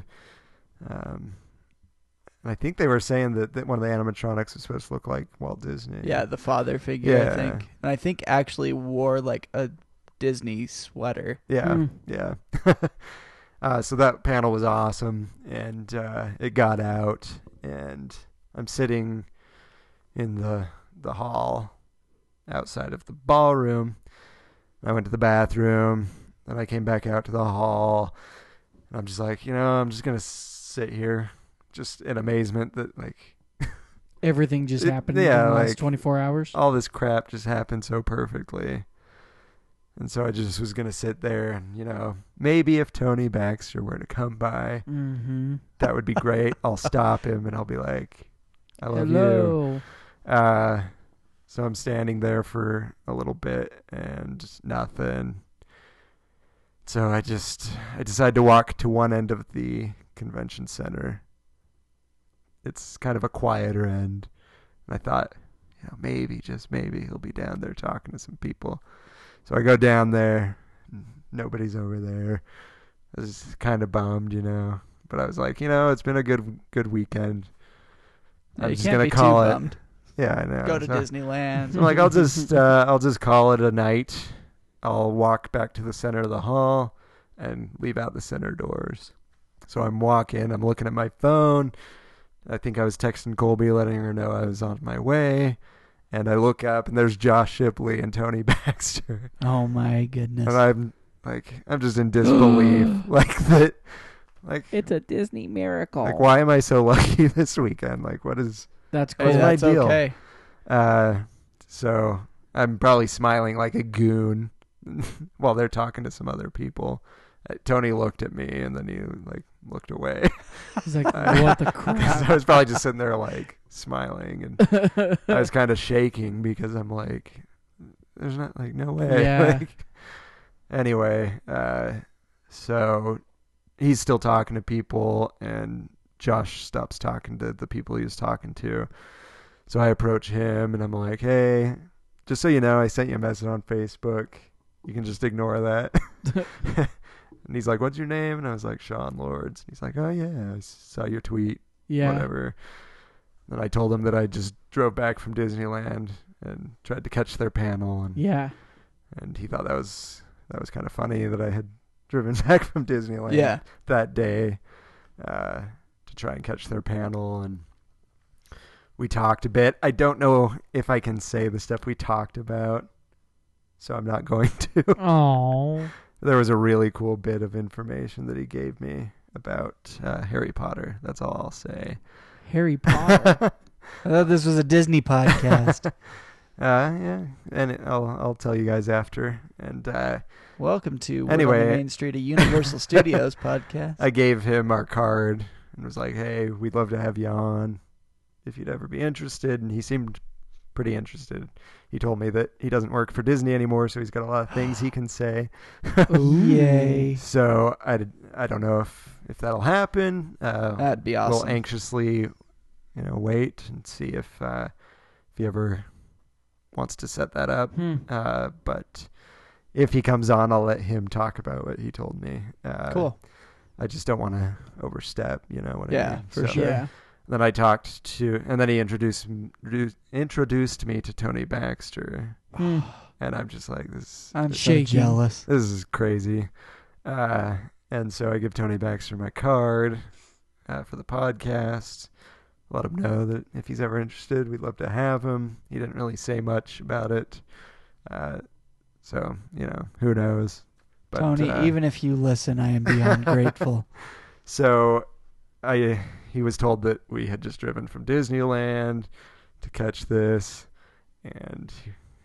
Speaker 5: Um, and I think they were saying that, that one of the animatronics was supposed to look like Walt Disney.
Speaker 6: Yeah, the father figure,
Speaker 5: Yeah.
Speaker 6: I think. And I think actually wore like a Disney sweater.
Speaker 5: Yeah.
Speaker 7: Hmm.
Speaker 5: Yeah. (laughs) uh, so that panel was awesome, and uh, it got out, and I'm sitting in the the hall outside of the ballroom. I went to the bathroom, and I came back out to the hall, and I'm just like, you know, I'm just gonna sit here, just in amazement that like
Speaker 7: Everything just
Speaker 5: It-
Speaker 7: happened
Speaker 5: yeah,
Speaker 7: in the
Speaker 5: like- oh.
Speaker 7: last 24 hours.
Speaker 5: all this crap just happened so perfectly. And so I just was going to sit there and, you know, maybe if Tony Baxter were to come by,
Speaker 7: Mm-hmm.
Speaker 5: that would be great. I'll stop him and I'll be like, I love
Speaker 7: Hello.
Speaker 5: you. Uh, so I'm standing there for a little bit and just nothing. So I just, I decided to walk to one end of the convention center. It's kind of a quieter end. And I thought, you know, maybe, just maybe he'll be down there talking to some people. So I go down there. Nobody's over there. I was kind of bummed, you know. But I was like, you know, it's been a good good weekend. I'm
Speaker 6: you
Speaker 5: just
Speaker 6: can't
Speaker 5: gonna
Speaker 6: be too
Speaker 5: call it.
Speaker 6: bummed.
Speaker 5: Yeah, I know.
Speaker 6: Go to
Speaker 5: So- (laughs) so
Speaker 6: Disneyland.
Speaker 5: I'm like, I'll
Speaker 6: (laughs)
Speaker 5: just uh, I'll just call it a night. I'll walk back to the center of the hall and leave out the center doors. So I'm walking. I'm looking at my phone. I think I was texting Colby, letting her know I was on my way. And I look up, and there's Josh Shipley and Tony (laughs) Baxter.
Speaker 7: Oh my goodness.
Speaker 5: And I'm like, I'm just in
Speaker 6: (gasps)
Speaker 5: disbelief. like that. Like
Speaker 7: It's a Disney miracle.
Speaker 5: like why am I so lucky (laughs) this weekend? Like what is
Speaker 7: That's cool.
Speaker 5: Well,
Speaker 6: hey,
Speaker 5: my
Speaker 6: Oh, that's
Speaker 5: deal.
Speaker 6: okay.
Speaker 5: Uh, so I'm probably smiling like a goon (laughs) while they're talking to some other people. Uh, Tony looked at me and then he like looked away. (laughs)
Speaker 7: He's like, what the crap?
Speaker 5: I was probably just sitting there like smiling and (laughs) I was kind of shaking because I'm like, there's not like no way.
Speaker 7: Yeah.
Speaker 5: (laughs) Like, anyway, uh, so he's still talking to people and Josh stops talking to the people he was talking to. So I approach him and I'm like, hey, just so you know, I sent you a message on Facebook. You can just ignore that. (laughs) and he's like, what's your name? And I was like, Sean Lords. And he's like, oh, yeah, I saw your tweet
Speaker 7: (laughs) yeah.
Speaker 5: whatever. And I told them that I just drove back from Disneyland and tried to catch their panel, and
Speaker 7: Yeah.
Speaker 5: and he thought that was that was kind of funny that I had (laughs) driven back from Disneyland
Speaker 6: Yeah.
Speaker 5: that day uh, to try and catch their panel, and we talked a bit. I don't know if I can say the stuff we talked about, so I'm not (laughs) going to.
Speaker 7: Oh.
Speaker 5: there was a really cool bit of information that he gave me about uh, Harry Potter. That's all I'll say.
Speaker 7: Harry Potter.
Speaker 5: (laughs)
Speaker 6: I thought this was a (laughs) Disney podcast.
Speaker 5: Uh, yeah, and it, I'll I'll tell you guys after. And uh,
Speaker 6: Welcome to anyway,
Speaker 5: Anyway.
Speaker 6: Main Street
Speaker 5: (laughs)
Speaker 6: of Universal Studios podcast.
Speaker 5: I gave him our card and was like, "Hey, we'd love to have you on if you'd ever be interested." And he seemed pretty interested. He told me that he doesn't work for Disney anymore, so he's got a lot of things he can say.
Speaker 6: Yay!
Speaker 5: So I, did, I don't know if if that'll happen. Uh,
Speaker 6: That'd be awesome.
Speaker 5: We'll anxiously, you know, wait and see if uh, if he ever wants to set that up.
Speaker 7: Hmm.
Speaker 5: Uh, but if he comes on, I'll let him talk about what he told me. Uh,
Speaker 6: cool.
Speaker 5: I just don't want to overstep. You know what I
Speaker 6: Yeah,
Speaker 5: mean?
Speaker 6: for
Speaker 5: So-
Speaker 6: sure.
Speaker 7: Yeah.
Speaker 5: Then I talked to, and then he introduced introduced- introduced me to Tony Baxter,
Speaker 7: Hmm. (laughs)
Speaker 5: and I'm just like this.
Speaker 7: I'm
Speaker 5: this-
Speaker 7: shaking.
Speaker 6: jealous.
Speaker 5: this is crazy. Uh, and so I give Tony Baxter my card uh, for the podcast. Let him know that if he's ever interested, we'd love to have him. He didn't really say much about it. Uh, so, you know, who knows? But,
Speaker 6: Tony,
Speaker 5: uh,
Speaker 6: even if you listen, I am
Speaker 5: (laughs)
Speaker 6: beyond grateful.
Speaker 5: So, I he was told that we had just driven from Disneyland to catch this, and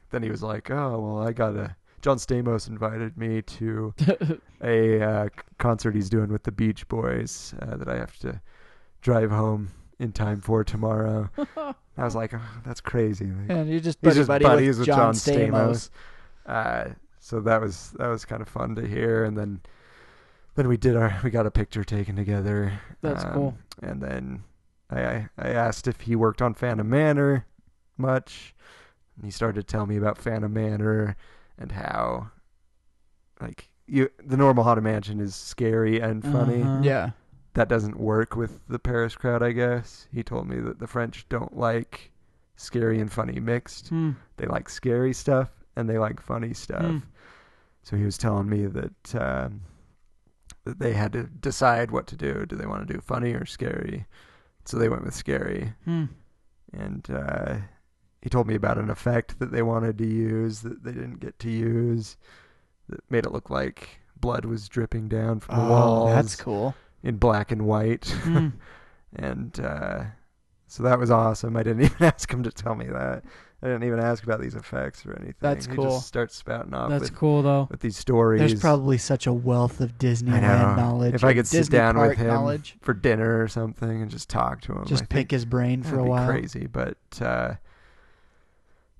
Speaker 5: then he was like, "Oh well, I gotta." John Stamos invited me to a uh, concert he's doing with the Beach Boys uh, that I have to drive home in time for
Speaker 6: (laughs)
Speaker 5: tomorrow. I was like, oh, "That's crazy." Like,
Speaker 6: And you're just
Speaker 5: he's
Speaker 6: buddy
Speaker 5: just
Speaker 6: buddy
Speaker 5: buddies
Speaker 6: with, John, Stamos.
Speaker 5: Uh, so that was that was kind of fun to hear, and then then we did our we got a picture taken together.
Speaker 7: That's cool.
Speaker 5: Um, And then I I- I asked if he worked on Phantom Manor much, and he started to tell me about Phantom Manor and how like you the normal haunted mansion is scary and funny.
Speaker 7: Uh-huh.
Speaker 6: Yeah.
Speaker 5: That doesn't work with the Paris crowd, I guess. He told me that the French don't like scary and funny mixed.
Speaker 7: Hmm.
Speaker 5: They like scary stuff and they like funny stuff.
Speaker 7: Mm.
Speaker 5: So he was telling me that um, that they had to decide what to do. Do they want to do funny or scary? So they went with scary.
Speaker 7: Hmm.
Speaker 5: And uh, he told me about an effect that they wanted to use that they didn't get to use that made it look like blood was dripping down from the
Speaker 6: Oh,
Speaker 5: walls
Speaker 6: that's cool.
Speaker 5: in black and white.
Speaker 7: Hmm.
Speaker 5: and uh, so that was awesome. I didn't (laughs) even ask him to tell me that. I didn't even ask about these effects or anything.
Speaker 6: That's
Speaker 5: he
Speaker 6: cool.
Speaker 5: Just starts spouting off
Speaker 7: That's
Speaker 5: with,
Speaker 7: cool though.
Speaker 5: with these stories.
Speaker 6: There's probably such a wealth of
Speaker 5: I know.
Speaker 6: Disneyland knowledge.
Speaker 5: If I
Speaker 6: and
Speaker 5: could sit
Speaker 6: Disney
Speaker 5: down
Speaker 6: park
Speaker 5: with him
Speaker 6: knowledge,
Speaker 5: for dinner or something and just talk to him, I
Speaker 6: just pick
Speaker 5: think
Speaker 6: his brain for
Speaker 5: that'd
Speaker 6: a
Speaker 5: be
Speaker 6: while.
Speaker 5: Crazy, but uh,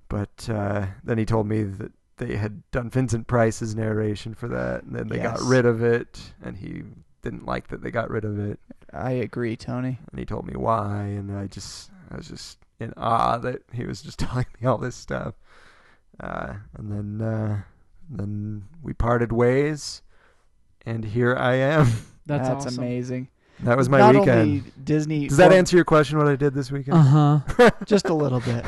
Speaker 5: but uh, then he told me that they had done Vincent Price's narration for that, and then they got
Speaker 6: Yes.
Speaker 5: rid of it, and he didn't like that they got rid of it.
Speaker 6: I agree, Tony.
Speaker 5: and he told me why and i just i was just in awe that he was just (laughs) telling me all this stuff uh, and then uh, then we parted ways and here i am (laughs)
Speaker 7: That's,
Speaker 6: That's
Speaker 7: awesome.
Speaker 6: amazing.
Speaker 5: that was my
Speaker 6: Not
Speaker 5: weekend
Speaker 6: only Disney.
Speaker 5: does that
Speaker 6: well,
Speaker 5: answer your question what i did this weekend
Speaker 6: Uh-huh.
Speaker 7: Uh huh.
Speaker 6: just a
Speaker 5: (laughs)
Speaker 6: little bit.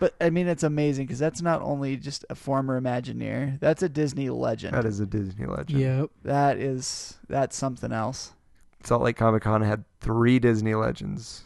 Speaker 6: But I mean, it's amazing because that's not only just a former Imagineer. That's a Disney legend.
Speaker 5: that is a disney legend
Speaker 7: Yep.
Speaker 6: That is that's something else.
Speaker 5: salt lake comic-con had three disney legends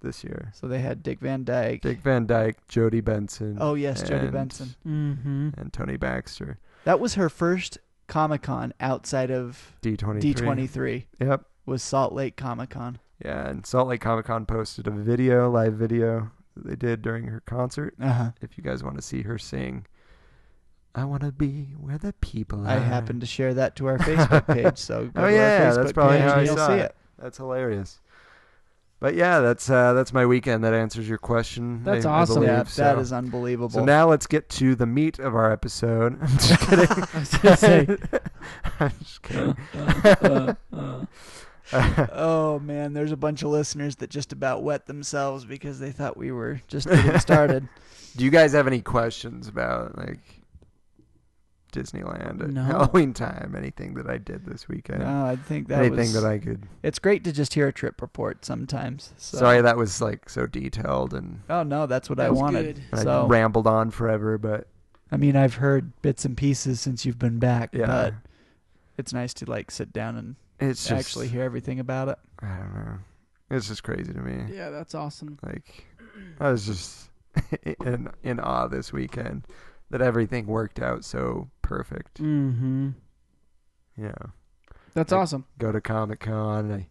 Speaker 5: this year
Speaker 6: So they had Dick Van Dyke.
Speaker 5: dick van dyke jody benson
Speaker 6: Oh yes, Jody
Speaker 5: and-
Speaker 6: Benson.
Speaker 7: Mm-hmm.
Speaker 5: and tony baxter
Speaker 6: That was her first Comic Con outside of
Speaker 5: d23
Speaker 6: D twenty three.
Speaker 5: yep
Speaker 6: Was Salt Lake Comic Con.
Speaker 5: Yeah, and Salt Lake Comic Con posted a video, live video that they did during her concert.
Speaker 6: Uh huh.
Speaker 5: If you guys want to see her sing, I want to be where the people are.
Speaker 6: I happened to share that to
Speaker 5: (laughs)
Speaker 6: our Facebook page, so go to
Speaker 5: Ah. Oh
Speaker 6: our
Speaker 5: yeah, that's
Speaker 6: Facebook
Speaker 5: probably
Speaker 6: page
Speaker 5: how
Speaker 6: and
Speaker 5: I
Speaker 6: you'll
Speaker 5: saw
Speaker 6: see
Speaker 5: it. That's hilarious. But yeah, that's uh, that's my weekend. That answers your question.
Speaker 7: That's
Speaker 5: I- I
Speaker 7: awesome.
Speaker 5: believe,
Speaker 6: Yeah, that
Speaker 5: so.
Speaker 6: is unbelievable.
Speaker 5: So now let's get to the meat of our episode. (laughs) I'm
Speaker 6: (laughs)
Speaker 5: just kidding.
Speaker 7: I was gonna say.
Speaker 5: I'm just kidding.
Speaker 7: (laughs)
Speaker 6: oh man, there's a bunch of listeners that just about wet themselves because they thought we were just
Speaker 5: (laughs)
Speaker 6: getting started.
Speaker 5: (laughs) Do you guys have any questions about like Disneyland at
Speaker 7: No.
Speaker 5: Halloween time? Anything that I did this weekend?
Speaker 6: no, Oh, I think that
Speaker 5: anything
Speaker 6: was.
Speaker 5: that I could.
Speaker 6: It's great to just hear a trip report sometimes. So.
Speaker 5: Sorry, that was like so detailed and
Speaker 6: Oh no, that's what I
Speaker 7: That was
Speaker 6: wanted.
Speaker 7: good.
Speaker 5: I
Speaker 6: So
Speaker 5: rambled on forever. But
Speaker 6: I mean, I've heard bits and pieces since you've been back,
Speaker 5: yeah,
Speaker 6: but it's nice to like sit down and
Speaker 5: it's just
Speaker 6: actually hear everything about it.
Speaker 5: I don't know. It's just crazy to me.
Speaker 7: yeah, that's awesome.
Speaker 5: Like I was just (laughs) in in awe this weekend that everything worked out so perfect.
Speaker 7: Mm-hmm.
Speaker 5: Yeah,
Speaker 7: That's
Speaker 5: Like-
Speaker 7: awesome.
Speaker 5: go to Comic Con. I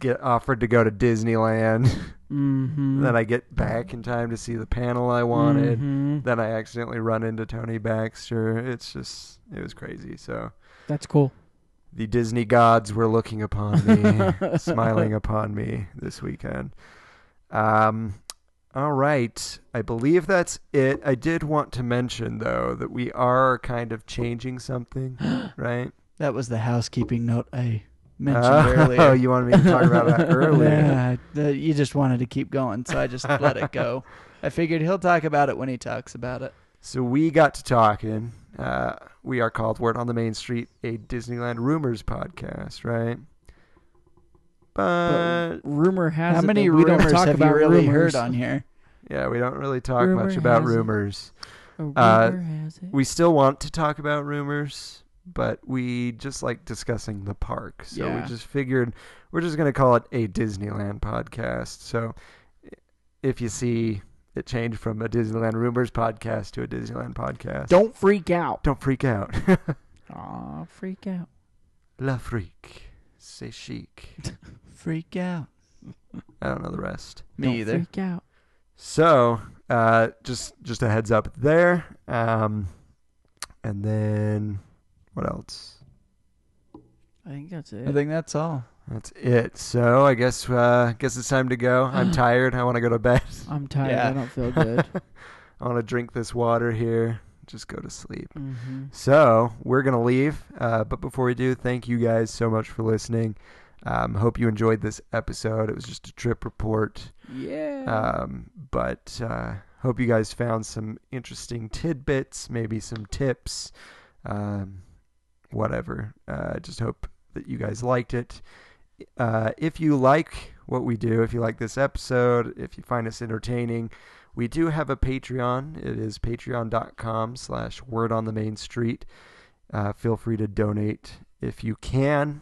Speaker 5: get offered to go to Disneyland. (laughs)
Speaker 7: Mm-hmm.
Speaker 5: then I get back in time to see the panel I wanted.
Speaker 7: Mhm.
Speaker 5: Then I accidentally run into Tony Baxter. It's just it was crazy. So
Speaker 7: That's cool.
Speaker 5: the Disney gods were looking upon
Speaker 7: (laughs)
Speaker 5: me, smiling upon me this weekend. Um, all right. I believe that's it. I did want to mention, though, that we are kind of changing something, right?
Speaker 6: That was the housekeeping note I
Speaker 5: (laughs)
Speaker 6: mentioned
Speaker 5: oh,
Speaker 6: earlier.
Speaker 5: you wanted me to talk about
Speaker 6: (laughs)
Speaker 5: that earlier.
Speaker 6: Yeah, the- you just wanted to keep going, so
Speaker 5: (laughs)
Speaker 6: I just let it go. I figured he'll talk about it when he talks about it.
Speaker 5: So we got to talking. Uh, we are called Word on the Main Street, a Disneyland rumors podcast, right? But,
Speaker 7: Rumor has
Speaker 6: How
Speaker 7: it
Speaker 6: many
Speaker 7: that we don't
Speaker 6: rumors
Speaker 7: talk
Speaker 6: have
Speaker 7: about
Speaker 6: you really heard
Speaker 7: rumors.
Speaker 6: on here?
Speaker 5: yeah, we don't really talk
Speaker 7: Rumor
Speaker 5: much about
Speaker 7: has it.
Speaker 5: rumors.
Speaker 7: A rumor
Speaker 5: Uh,
Speaker 7: has it.
Speaker 5: We still want to talk about rumors, but we just like discussing the park. So
Speaker 7: Yeah.
Speaker 5: we just figured we're just going to call it a Disneyland podcast. So if you see It changed from a Disneyland Rumors podcast to a Disneyland podcast.
Speaker 6: Don't freak out.
Speaker 5: Don't freak out. (laughs)
Speaker 7: Aw, freak out.
Speaker 5: La freak. C'est chic.
Speaker 6: Freak out.
Speaker 5: I don't know the rest.
Speaker 6: Me
Speaker 7: Don't
Speaker 6: either.
Speaker 7: Freak out.
Speaker 5: So, uh, just just a heads up there. Um, and then what else?
Speaker 7: I think that's it.
Speaker 6: I think that's all.
Speaker 5: That's it. So I guess uh, guess it's time to go. I'm tired. I want to go to bed.
Speaker 7: I'm tired.
Speaker 6: Yeah.
Speaker 7: I don't feel Oh, good.
Speaker 5: (laughs) I want to drink this water here. Just go to sleep.
Speaker 7: mm-hmm.
Speaker 5: So we're gonna leave, uh, but before we do, thank you guys so much for listening. Um, hope you enjoyed this episode. It was just a trip report,
Speaker 7: Yeah.
Speaker 5: um, but uh, hope you guys found some interesting tidbits, maybe some tips, um, whatever. Uh, just hope that you guys liked it. Uh, if you like what we do, if you like this episode, if you find us entertaining, we do have a Patreon. It is patreon.com slash word on the main street. Uh, feel free to donate if you can.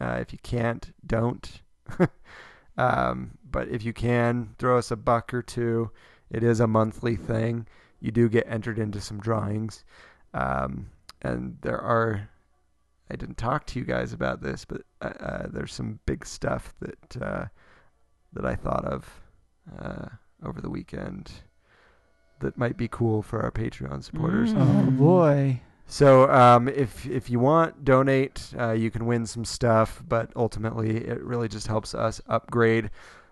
Speaker 5: Uh, if you can't, don't. (laughs) um, but if you can, throw us a buck or two. It is a monthly thing. You do get entered into some drawings. Um, and there are, I didn't talk to you guys about this, but uh, uh, there's some big stuff that uh, that I thought of uh, over the weekend that might be cool for our Patreon supporters.
Speaker 6: Oh boy.
Speaker 5: So um, if if you want, donate. Uh, you can win some stuff, but ultimately, it really just helps us upgrade,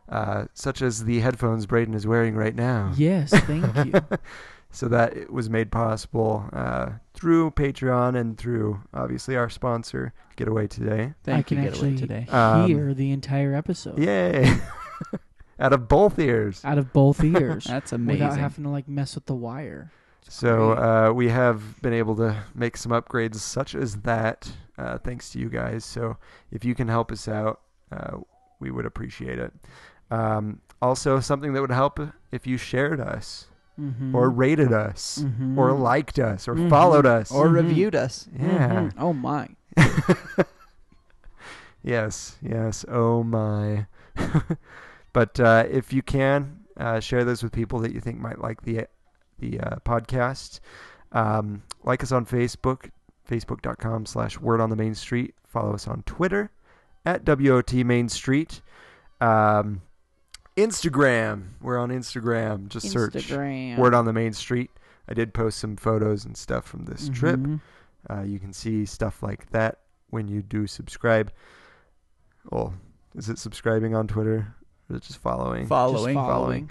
Speaker 5: uh, such as the headphones Braden is wearing right now.
Speaker 7: Yes, thank you.
Speaker 5: so that it was made possible uh, through Patreon and through obviously our sponsor, Getaway Today.
Speaker 6: Thank
Speaker 7: I can
Speaker 6: you, Getaway
Speaker 7: actually (laughs)
Speaker 6: Today.
Speaker 5: (laughs) Um,
Speaker 7: hear the entire episode
Speaker 5: Yay! (laughs) Out of both ears.
Speaker 7: out
Speaker 5: (laughs)
Speaker 7: of both
Speaker 6: (laughs)
Speaker 7: ears
Speaker 6: That's amazing.
Speaker 7: without having to like mess with the wire.
Speaker 5: So
Speaker 6: Great.
Speaker 5: uh, we have been able to make some upgrades such as that, uh, thanks to you guys. So if you can help us out, uh, we would appreciate it. Um, also, something that would help if you shared us,
Speaker 7: Mm-hmm.
Speaker 5: or rated us, or liked us, or followed us.
Speaker 6: Mm-hmm. or Mm-hmm.
Speaker 7: Mhm.
Speaker 6: reviewed us.
Speaker 5: yeah.
Speaker 7: Oh my.
Speaker 5: (laughs) Yes. Yes. Oh my. (laughs) but uh, if you can uh, share this with people that you think might like the the uh, podcast, um, like us on Facebook, facebook.com slash word on the main street. Follow us on Twitter at WOT Main Street. Um, Instagram. We're on Instagram. Just search
Speaker 7: Instagram.
Speaker 5: word on the main street. I did post some photos and stuff from this trip.
Speaker 7: Mhm.
Speaker 5: Uh, you can see stuff like that when you do subscribe. Oh, is it subscribing on Twitter? Or is it just following?
Speaker 6: Following.
Speaker 7: Just
Speaker 5: Following.
Speaker 7: following.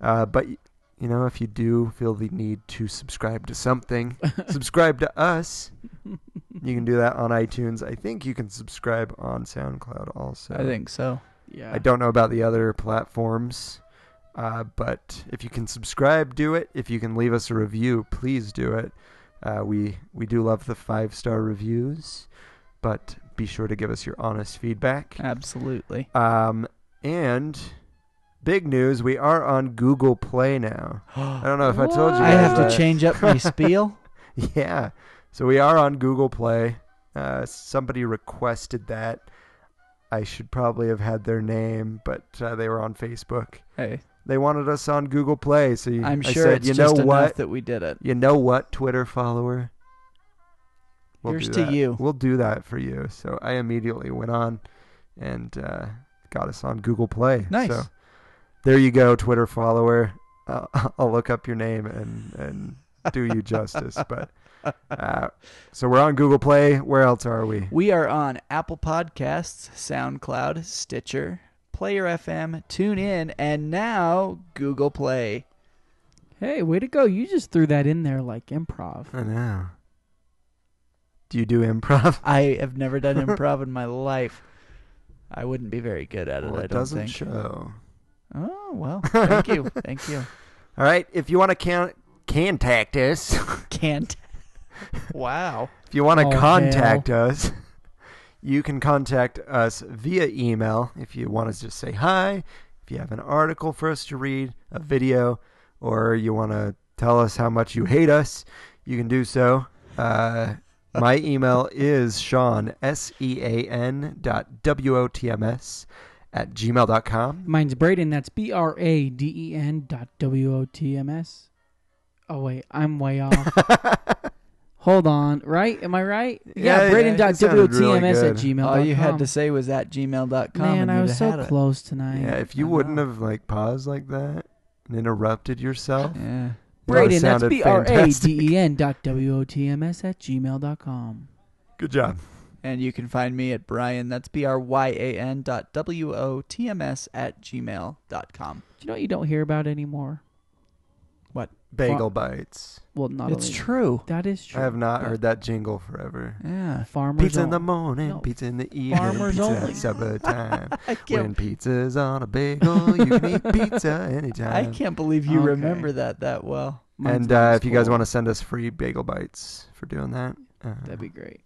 Speaker 5: uh, but, y- you know, if you do feel the need to subscribe to something,
Speaker 6: (laughs)
Speaker 5: subscribe to us. You can do that on iTunes. I think you can subscribe on SoundCloud also.
Speaker 6: I think so.
Speaker 7: Yeah.
Speaker 5: I don't know about the other platforms, uh, but if you can subscribe, do it. If you can leave us a review, please do it. Uh, we we do love the five star reviews, but be sure to give us your honest feedback. (gasps)
Speaker 6: Absolutely.
Speaker 5: Um, and big news: we are on Google Play now. I don't know if I told you.
Speaker 6: I
Speaker 5: guys
Speaker 6: have
Speaker 5: that.
Speaker 6: to change
Speaker 5: (laughs)
Speaker 6: up my spiel.
Speaker 7: (laughs)
Speaker 5: Yeah. So we are on Google Play. Uh, somebody requested that. I should probably have had their name, but uh, they were on Facebook.
Speaker 6: Hey,
Speaker 5: They wanted us on Google Play. So you,
Speaker 6: I'm
Speaker 5: I
Speaker 6: sure
Speaker 5: said,
Speaker 6: it's
Speaker 5: you
Speaker 6: just
Speaker 5: know
Speaker 6: enough
Speaker 5: what?
Speaker 6: that we did it.
Speaker 5: you know what, Twitter follower?
Speaker 6: Here's
Speaker 5: do
Speaker 6: to
Speaker 5: that.
Speaker 6: you.
Speaker 5: We'll do that for you. So I immediately went on and uh, got us on Google Play.
Speaker 6: Nice.
Speaker 5: So there you go, Twitter follower. Uh, I'll (laughs) look up your name and, and do you justice.
Speaker 6: (laughs)
Speaker 5: But uh, so we're on Google Play. Where else are we?
Speaker 6: We are on Apple Podcasts, SoundCloud, Stitcher, Player FM, TuneIn, and now Google Play.
Speaker 7: Hey, way to go. You just threw that in there like improv.
Speaker 5: I know. Do you do improv?
Speaker 6: I have never
Speaker 5: (laughs)
Speaker 6: done improv in my life. I wouldn't be very good at it.
Speaker 5: Well,
Speaker 6: I
Speaker 5: it
Speaker 6: don't
Speaker 5: doesn't
Speaker 6: think.
Speaker 5: show.
Speaker 6: Oh
Speaker 5: (laughs)
Speaker 6: well, thank you, thank you.
Speaker 5: All right. If you want to can- contact us.
Speaker 6: Can't. Wow.
Speaker 5: If you want to
Speaker 7: Oh,
Speaker 5: contact us, (laughs) you can contact us via email. If you want to just say hi, if you have an article for us to read, a video, or you want to tell us how much you hate us, you can do so. Uh, my email is Sean S E A N dot W O T M S at (laughs) gmail.com.
Speaker 7: Mine's Braden. That's B R A D E N dot W O T M S. Oh wait, I'm
Speaker 5: (laughs)
Speaker 7: way off. Hold on, right? Am I right? Yeah,
Speaker 5: Yeah,
Speaker 7: Braden
Speaker 5: yeah,
Speaker 7: dot
Speaker 5: it sounded
Speaker 7: W O
Speaker 5: really
Speaker 7: T M S at
Speaker 5: good.
Speaker 7: gmail.
Speaker 6: All Oh, you had to say was at gmail.com.
Speaker 7: Man,
Speaker 6: and
Speaker 7: I
Speaker 6: you'd
Speaker 7: was
Speaker 6: have had
Speaker 7: so
Speaker 6: it.
Speaker 7: close tonight.
Speaker 5: Yeah, if you wouldn't have like paused like that and interrupted yourself,
Speaker 6: Yeah.
Speaker 7: Braden, that's
Speaker 5: sounded
Speaker 7: B R A
Speaker 5: fantastic. (laughs)
Speaker 7: D E N dot W O T M S at gmail dot com.
Speaker 5: good job.
Speaker 6: And you can find me at Brian. That's B R Y A N dot W O T M S at gmail dot com.
Speaker 7: Do you know what you don't hear about anymore?
Speaker 6: What?
Speaker 5: Bagel bites.
Speaker 7: Well, not
Speaker 6: It's
Speaker 7: only-
Speaker 6: true.
Speaker 7: That is true.
Speaker 5: I have not
Speaker 7: but
Speaker 5: heard that jingle forever.
Speaker 6: Yeah.
Speaker 7: Farmers
Speaker 5: Pizza in the
Speaker 7: only.
Speaker 5: morning,
Speaker 7: No.
Speaker 5: pizza in the evening,
Speaker 7: Farmers
Speaker 5: pizza
Speaker 7: only.
Speaker 5: at
Speaker 7: (laughs)
Speaker 5: supper time.
Speaker 6: I can't,
Speaker 5: when pizza's on a bagel, you can eat
Speaker 7: (laughs)
Speaker 5: pizza
Speaker 6: I
Speaker 5: anytime.
Speaker 6: can't believe you
Speaker 7: Okay.
Speaker 6: remember that that well.
Speaker 7: Mine's
Speaker 5: and uh,
Speaker 7: old
Speaker 5: if you guys
Speaker 7: school.
Speaker 5: want to send us free bagel bites for doing that, uh,
Speaker 7: that'd be great.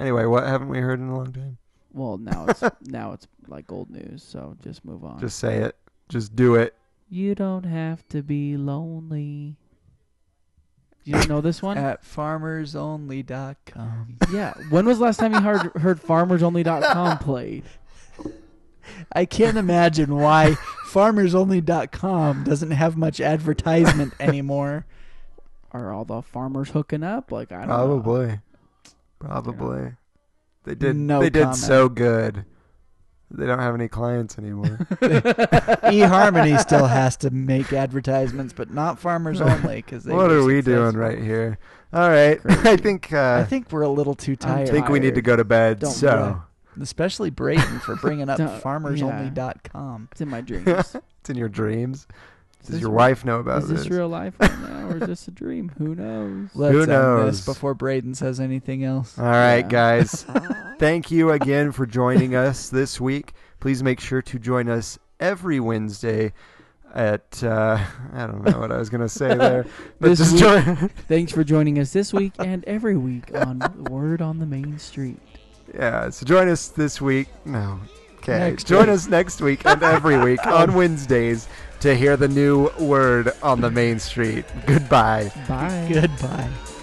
Speaker 5: anyway, what haven't we heard in a long time?
Speaker 7: Well, now
Speaker 5: (laughs)
Speaker 7: it's (laughs) now it's like old news, so just move on.
Speaker 5: Just say it. Just do it.
Speaker 7: you don't have to be lonely. You don't know this
Speaker 5: (laughs)
Speaker 7: one?
Speaker 6: At farmersonly.com.
Speaker 7: yeah. When was the last time you heard heard farmersonly.com played?
Speaker 6: I can't imagine
Speaker 5: (laughs)
Speaker 6: why farmersonly.com doesn't have much advertisement
Speaker 5: (laughs)
Speaker 6: anymore.
Speaker 7: Are all the farmers hooking up? Like I don't
Speaker 5: (laughs)
Speaker 7: know.
Speaker 5: Probably. Probably. They did.
Speaker 6: No
Speaker 5: they did
Speaker 6: comment.
Speaker 5: so good. They don't have any clients anymore.
Speaker 6: eHarmony still has to make advertisements, but not
Speaker 5: (laughs)
Speaker 6: farmers only because they.
Speaker 5: what
Speaker 6: were
Speaker 5: are we
Speaker 6: successful.
Speaker 5: doing right here? All right. (laughs) I think. Uh,
Speaker 6: I think we're a little too
Speaker 7: I'm
Speaker 6: tired.
Speaker 5: I think we need to go to bed.
Speaker 6: Don't
Speaker 5: so
Speaker 6: worry. especially Brayden for bringing up
Speaker 7: Don't-
Speaker 6: farmersonly.com.
Speaker 7: It's in
Speaker 5: (laughs)
Speaker 7: my dreams.
Speaker 5: it's in your dreams. Does
Speaker 7: this
Speaker 5: your
Speaker 7: re-
Speaker 5: wife know about
Speaker 7: Is this real life right now, or is this a dream?
Speaker 5: (laughs)
Speaker 7: Who knows?
Speaker 6: Let's
Speaker 5: Who
Speaker 6: end
Speaker 5: knows?
Speaker 6: this before Braden says anything else.
Speaker 5: All right,
Speaker 7: Yeah. (laughs)
Speaker 5: guys. Thank you again for joining us this week. Please make sure to join us every Wednesday at uh, (laughs) I don't know what I was gonna say there, but
Speaker 7: This
Speaker 5: just
Speaker 7: week-
Speaker 5: join.
Speaker 7: Thanks for joining us this week and every week on
Speaker 5: (laughs)
Speaker 7: Word on the Main Street.
Speaker 5: Yeah, so join us this week. No. Okay.
Speaker 6: Next
Speaker 5: join
Speaker 6: week.
Speaker 5: us next week and every
Speaker 6: (laughs)
Speaker 5: week on Wednesdays to hear the new word on the main street. Goodbye.
Speaker 7: Bye.
Speaker 6: Goodbye.